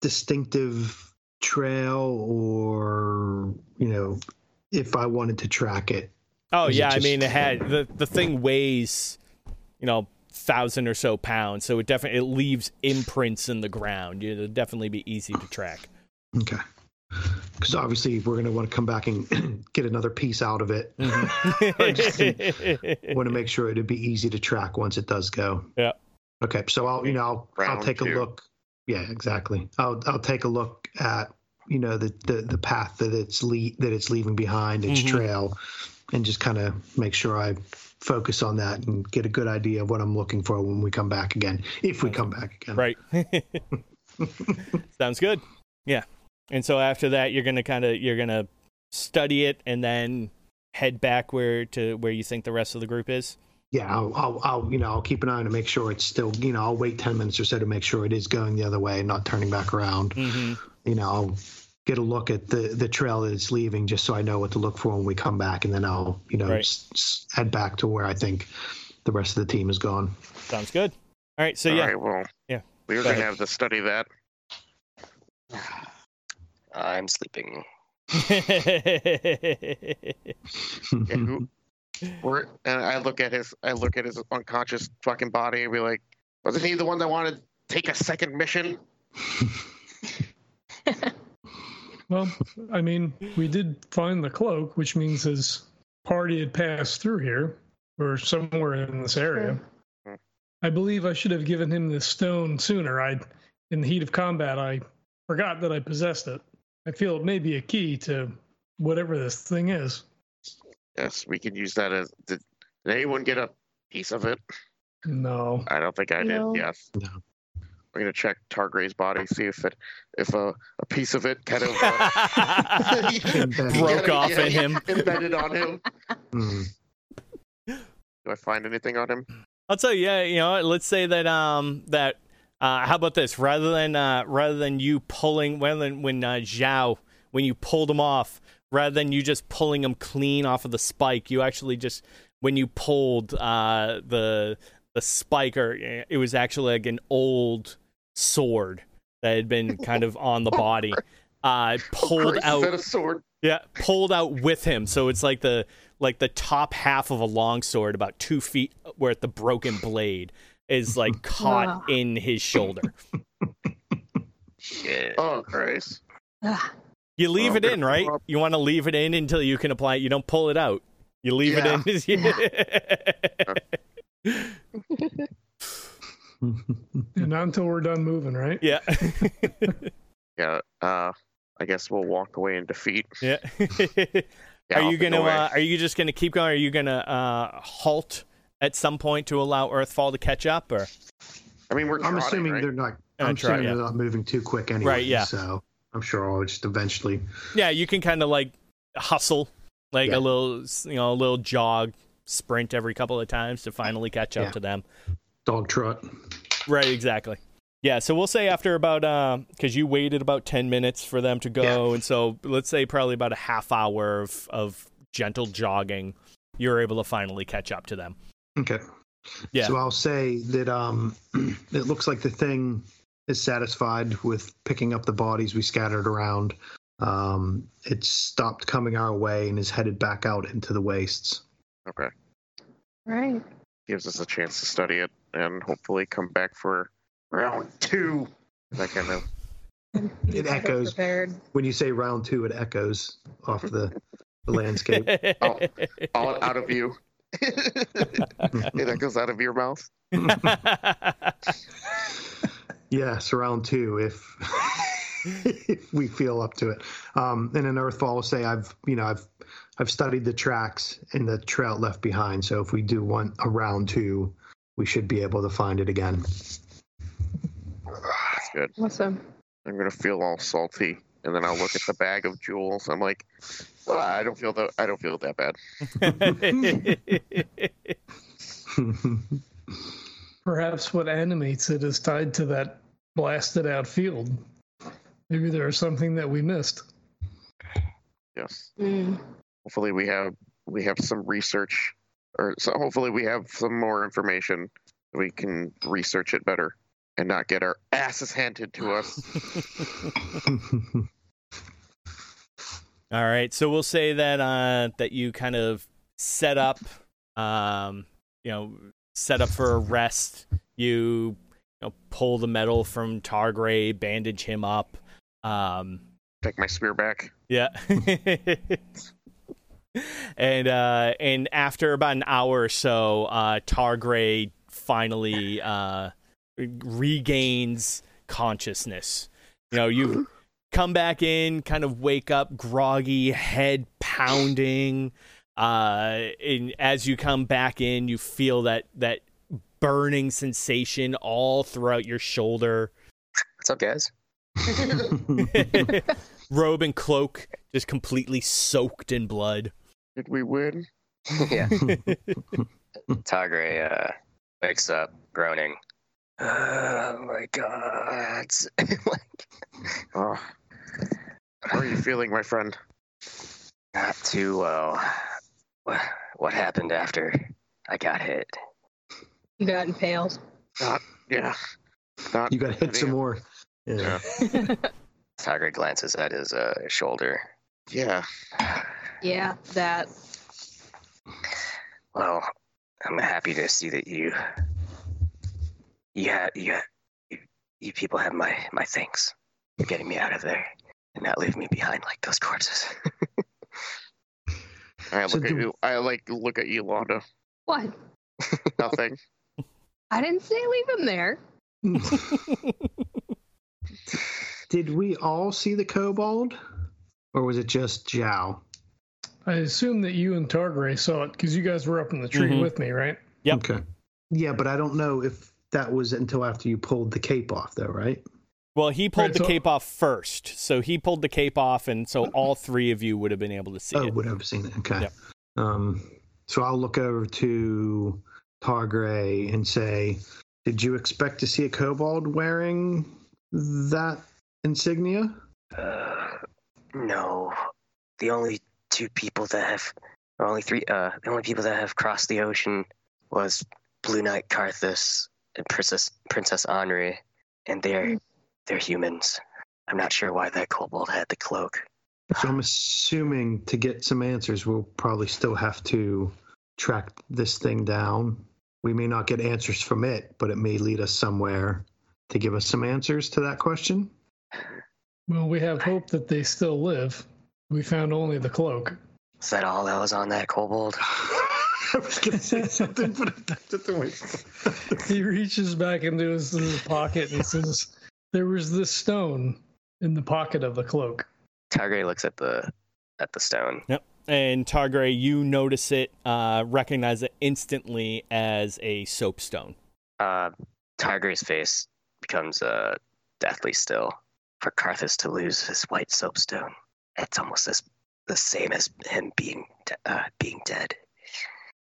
Speaker 2: distinctive trail or you know if I wanted to track it?
Speaker 7: Oh
Speaker 2: is it
Speaker 7: yeah,
Speaker 2: just-
Speaker 7: I mean it had the the thing weighs, you know, thousand or so pounds, so it definitely it leaves imprints in the ground. It'll definitely be easy to track.
Speaker 2: Okay. Because obviously we're going to want to come back and *clears throat* get another piece out of it.
Speaker 7: Mm-hmm.
Speaker 2: *laughs* I just
Speaker 3: Mm-hmm.
Speaker 7: *laughs*
Speaker 2: want to make sure it'd be easy to track once it does go.
Speaker 7: Yeah.
Speaker 2: Okay. So I'll you know I'll, I'll
Speaker 3: Round
Speaker 2: take a
Speaker 3: two.
Speaker 2: look. Yeah, exactly. I'll I'll take a look at you know the the, the path that it's le- that it's leaving behind its
Speaker 7: Mhm.
Speaker 2: trail, and just kind of make sure I focus on that and get a good idea of what I'm looking for when we come back again, if we come back again.
Speaker 7: Right. *laughs* Sounds good. Yeah. And so after that you're gonna kinda you're gonna study it and then head back where to where you think the rest of the group is.
Speaker 2: Yeah, I'll, I'll, I'll, you know, I'll keep an eye on it, make sure it's still, you know, I'll wait ten minutes or so to make sure it is going the other way and not turning back around.
Speaker 7: Mm-hmm.
Speaker 2: You know, I'll get a look at the the trail that it's leaving, just so I know what to look for when we come back, and then I'll, you know,
Speaker 7: Right.
Speaker 2: s- s- head back to where I think the rest of the team is
Speaker 3: *laughs*
Speaker 2: gone.
Speaker 7: Sounds good. All right, so
Speaker 3: All
Speaker 7: yeah. *laughs*
Speaker 3: right, well,
Speaker 7: yeah.
Speaker 3: we were
Speaker 7: Go
Speaker 3: going to
Speaker 7: ahead.
Speaker 3: have to study that.
Speaker 10: I'm sleeping.
Speaker 3: Yeah, who,
Speaker 4: Mm-hmm.
Speaker 3: we're, and I look at his, I look at his unconscious fucking body and be like, wasn't he the one that wanted to take a second mission?
Speaker 4: well, I mean, we did find the cloak, which means his party had passed through here or somewhere in this area.
Speaker 3: Sure.
Speaker 4: I believe I should have given him the stone sooner. I, in the heat of combat, I forgot that I possessed it. I feel it may be a key to whatever this thing is.
Speaker 3: Yes, we can use that as. Did, did anyone get a piece of it?
Speaker 4: No.
Speaker 3: I don't think I did.
Speaker 4: No.
Speaker 3: Yes.
Speaker 2: No.
Speaker 3: We're gonna check Targray's body, see if it, if a, a piece of it
Speaker 7: *laughs*
Speaker 3: kind of uh, *laughs*
Speaker 7: Broke off
Speaker 3: yeah,
Speaker 7: in him.
Speaker 3: embedded on him.
Speaker 2: Hmm.
Speaker 3: Do I find anything on him?
Speaker 7: I'll tell you, yeah, you know, what, let's say that um that uh how about this? Rather than uh rather than you pulling rather than when uh Zhao when you pulled him off, rather than you just pulling him clean off of the spike, you actually just when you pulled uh the the spike or eh, it was actually like an old sword that had been kind of on
Speaker 3: *laughs*
Speaker 7: the body. Uh pulled
Speaker 3: Christ,
Speaker 7: out
Speaker 3: Is that a sword?
Speaker 7: yeah, pulled out with him. So it's like the like the top half of a long sword, about two feet where the broken blade is like caught
Speaker 9: Ah.
Speaker 7: in his shoulder.
Speaker 10: Shit.
Speaker 3: Oh, Christ.
Speaker 9: Ah,
Speaker 7: You leave
Speaker 3: Well,
Speaker 7: it in,
Speaker 3: good.
Speaker 7: right?
Speaker 3: Well-
Speaker 7: You want to leave it in until you can apply it. You don't pull it out. You leave it
Speaker 4: And not until we're done moving, right?
Speaker 7: in. *laughs* yeah.
Speaker 3: Yeah. Uh, I guess we'll walk away in defeat. *laughs*
Speaker 7: yeah. *laughs*
Speaker 3: Yeah,
Speaker 7: are
Speaker 3: I'll
Speaker 7: you
Speaker 3: pick
Speaker 7: gonna
Speaker 3: away.
Speaker 7: uh, are you just gonna keep going? Are you gonna uh, halt at some point to allow Earthfall to catch up or
Speaker 3: I mean, we're.
Speaker 2: I'm
Speaker 3: trotting,
Speaker 2: assuming
Speaker 3: right?
Speaker 2: they're not.
Speaker 7: Uh,
Speaker 2: I'm
Speaker 7: try,
Speaker 2: assuming
Speaker 7: yeah.
Speaker 2: they're not moving too quick anyway.
Speaker 7: Right, yeah.
Speaker 2: So I'm sure I'll just eventually.
Speaker 7: Yeah, you can kind of like hustle, like a
Speaker 2: Yeah.
Speaker 7: little, you know, a little jog, sprint every couple of times to finally catch up
Speaker 2: Yeah.
Speaker 7: to them.
Speaker 2: Dog trot.
Speaker 7: Right, exactly. Yeah, so we'll say after about because you waited about ten minutes for them to go, and so let's say probably about a half hour of of gentle jogging, you're able to finally catch up to them.
Speaker 2: Okay.
Speaker 7: Yeah.
Speaker 2: So I'll say that um, *clears throat* it looks like the thing is satisfied with picking up the bodies we scattered around. Um, it stopped coming our way and is headed back out into the wastes.
Speaker 3: Okay.
Speaker 9: Right.
Speaker 3: Gives us a chance to study it and hopefully come back for round two. That kind of
Speaker 2: It echoes
Speaker 9: Prepared.
Speaker 2: when you say round two. It echoes off the, the landscape.
Speaker 3: all, all out of
Speaker 2: *laughs*
Speaker 3: you. *laughs* Yeah, that goes out of your mouth.
Speaker 2: Yes, round two, if *laughs* if we feel up to it. Um, and in Earthfall, will say I've you know I've I've studied the tracks and the trail left behind. So if we do want a round two, we should be able to find it again. *laughs*
Speaker 3: That's good.
Speaker 9: Awesome.
Speaker 3: I'm gonna feel all salty, and then I'll look at the bag of jewels. I'm like, "Ah, I don't feel that. I don't feel that bad.
Speaker 2: Oh.
Speaker 7: *laughs*
Speaker 2: *laughs*
Speaker 4: Perhaps what animates it is tied to that blasted out field. Maybe there is something that we missed.
Speaker 3: Yes.
Speaker 9: Mm.
Speaker 3: Hopefully, we have we have some research, or so hopefully we have some more information. We can research it better and not get our asses handed to us.
Speaker 7: All right, so we'll say that uh, that you kind of set up, um, you know, set up for a rest. You, you know, pull the metal from Targray, bandage him up. Um,
Speaker 3: Take my spear back.
Speaker 7: yeah. *laughs* and uh and after about an hour or so, uh Targray finally uh regains consciousness. You know, you come back in, kind of wake up groggy, head pounding. Uh and as you come back in, you feel that that burning sensation all throughout your shoulder. *laughs*
Speaker 10: What's up, guys?
Speaker 7: robe and cloak just completely soaked in blood.
Speaker 3: Did we win?
Speaker 7: *laughs*
Speaker 10: *laughs* yeah. Tagre uh, wakes up groaning. *sighs* Oh my god. *laughs* like,
Speaker 3: Oh, how are you feeling, my friend?
Speaker 10: not too well. What, what happened after I got hit?
Speaker 9: You got impaled.
Speaker 3: Not, yeah. Not.
Speaker 2: you got to hit some more.
Speaker 3: Yeah.
Speaker 2: Yeah.
Speaker 10: Tagre glances at his uh, shoulder.
Speaker 3: Yeah.
Speaker 9: Yeah, that.
Speaker 10: Well, I'm happy to see that you, you have, you, ha- you, you people have my, my thanks for getting me out of there and not leaving me behind like those corpses.
Speaker 3: I look
Speaker 2: So
Speaker 3: at
Speaker 2: do-
Speaker 3: you. I like look at you, Londa.
Speaker 9: What?
Speaker 3: Nothing.
Speaker 9: I didn't say leave him there.
Speaker 2: *laughs* Did we all see the kobold, or was it just Zhao?
Speaker 4: I assume that you and Targray saw it because you guys were up in the tree
Speaker 7: Mhm.
Speaker 4: with me, right?
Speaker 7: Yep.
Speaker 2: Okay. Yeah, but I don't know if that was until after you pulled the cape off, though, right?
Speaker 7: Well, he pulled
Speaker 4: Right,
Speaker 7: the
Speaker 4: so-
Speaker 7: cape off first, so he pulled the cape off, and so all three of you would have been able to see
Speaker 2: oh,
Speaker 7: it.
Speaker 2: would have seen it. Okay.
Speaker 7: Yep.
Speaker 2: Um, so I'll look over to Targray and say, "Did you expect to see a kobold wearing that insignia?"
Speaker 10: Uh, no. The only two people that have, or only three, uh, the only people that have crossed the ocean was Blue Knight Karthus and Princess Princess Honri, and they're they're humans. I'm not sure why that kobold had the cloak.
Speaker 2: So I'm assuming to get some answers, we'll probably still have to track this thing down. We may not get answers from it, but it may lead us somewhere to give us some answers to that question.
Speaker 4: Well, we have hope that they still live. We found only the cloak.
Speaker 10: Is that all that was on that kobold?
Speaker 2: I was going to say something, but I did
Speaker 4: He reaches back into his little pocket and says, There was this stone in the pocket of the cloak.
Speaker 10: Targay looks at the at the stone.
Speaker 7: And Targray, you notice it, uh, recognize it instantly as a soapstone.
Speaker 10: Uh, Targaryen's face becomes uh, deathly still. for Carthus to lose his white soapstone. It's almost as the same as him being de- uh, being dead.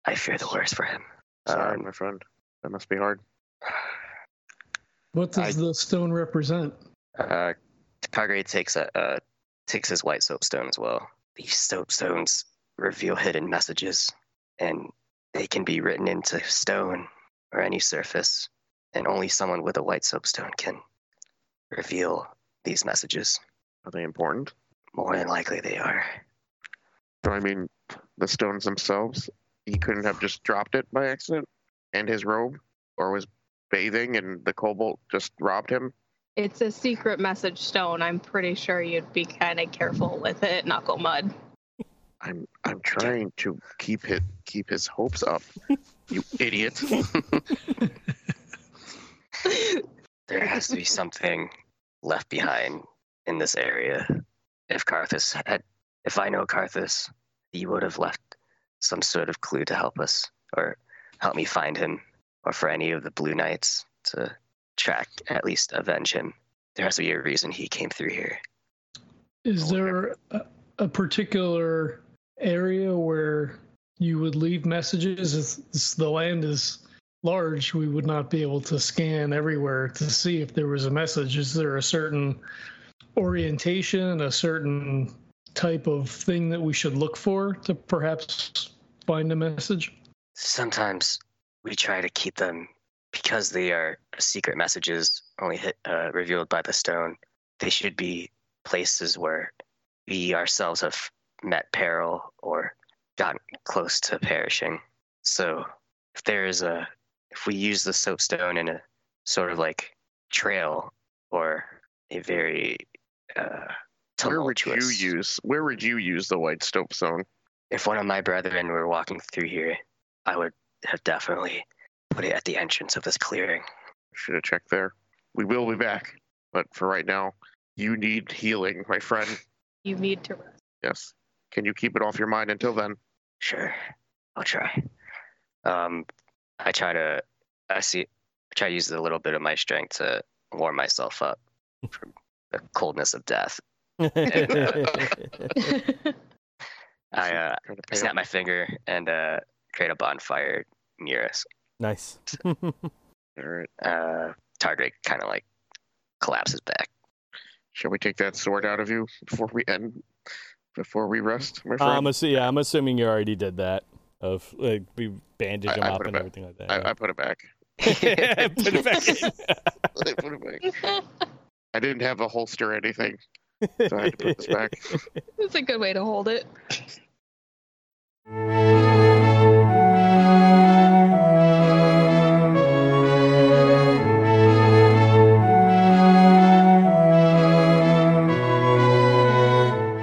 Speaker 10: I fear the worst for him.
Speaker 3: Sorry,
Speaker 10: Um,
Speaker 3: my friend. That must be hard.
Speaker 4: What does the stone represent?
Speaker 10: Uh, Kagre takes a uh, takes his white soapstone as well. These soapstones reveal hidden messages, and they can be written into stone or any surface. And only someone with a white soapstone can reveal these messages.
Speaker 3: Are they important?
Speaker 10: More than likely, they are.
Speaker 3: So, I mean, the stones themselves, he couldn't have just dropped it by accident and his robe, or was bathing and the cobalt just robbed him.
Speaker 9: It's a secret message stone. I'm pretty sure you'd be kind of careful with it, Knuckle Mud. *laughs*
Speaker 3: I'm I'm trying to keep his keep his hopes
Speaker 10: *laughs*
Speaker 3: up. You idiot.
Speaker 10: There has to be something left behind in this area. If Carthus had, if I know Carthus, he would have left some sort of clue to help us or help me find him, or for any of the Blue Knights to track, at least avenge him. There has to be a reason he came through here.
Speaker 4: Is there a, a particular area where you would leave messages? It's, it's- the land is large. We would not be able to scan everywhere to see if there was a message. Is there a certain orientation, a certain type of thing that we should look for to perhaps find a message?
Speaker 10: Sometimes we try to keep them because they are secret messages only hit, uh, revealed by the stone. They should be places where we ourselves have met peril or gotten close to perishing. So if there is a, if we use the soapstone in a sort of like trail or a very uh,
Speaker 3: Where would you
Speaker 10: tumultuous-
Speaker 3: use where would you use the white stope stone?
Speaker 10: if one of my brethren were walking through here, I would have definitely put it at the entrance of this clearing.
Speaker 3: Should have checked there. We will be back. But for right now, you need healing, my friend.
Speaker 9: You need to rest.
Speaker 3: Yes. Can you keep it off your mind until then?
Speaker 10: Sure, I'll try. Um, I try to, I see, I try to use a little bit of my strength to warm myself up from the coldness of death. I uh, snap my finger and uh, create a bonfire near us.
Speaker 11: Nice.
Speaker 10: Uh, Target kind of like collapses back. *laughs*
Speaker 3: Shall we take that sword out of you before we end? Before we rest, my friend?
Speaker 11: I'm
Speaker 7: Um,
Speaker 11: assu- yeah, I'm assuming you already did that. Of like we bandage him
Speaker 3: I
Speaker 11: up
Speaker 3: put it
Speaker 11: and
Speaker 3: back.
Speaker 11: everything like that.
Speaker 7: *laughs*
Speaker 3: I, I put it back. *laughs*
Speaker 11: yeah. Put it back in.
Speaker 3: I put it back. I didn't have a holster or anything, so I had to put this back.
Speaker 9: *laughs* It's a good way to hold it.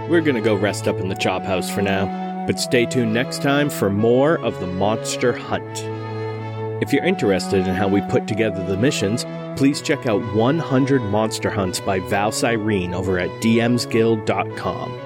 Speaker 7: We're going to go rest up in the chop house for now, but stay tuned next time for more of the Monster Hunt. If you're interested in how we put together the missions, please check out 100 Monster Hunts by Val Cyrene over at dmsguild.com.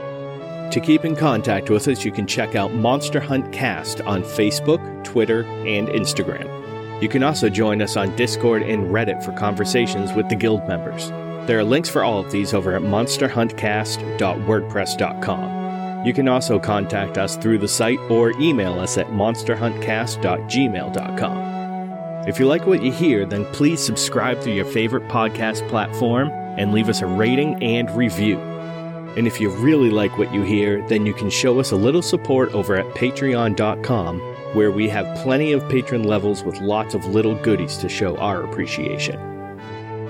Speaker 7: To keep in contact with us, you can check out Monster Hunt Cast on Facebook, Twitter, and Instagram. You can also join us on Discord and Reddit for conversations with the guild members. There are links for all of these over at monsterhuntcast.wordpress.com. You can also contact us through the site or email us at monsterhuntcast.gmail.com. If you like what you hear, then please subscribe through your favorite podcast platform and leave us a rating and review. And if you really like what you hear, then you can show us a little support over at patreon.com, where we have plenty of patron levels with lots of little goodies to show our appreciation.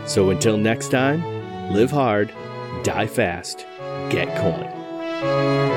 Speaker 7: So until next time, live hard, die fast, get coin.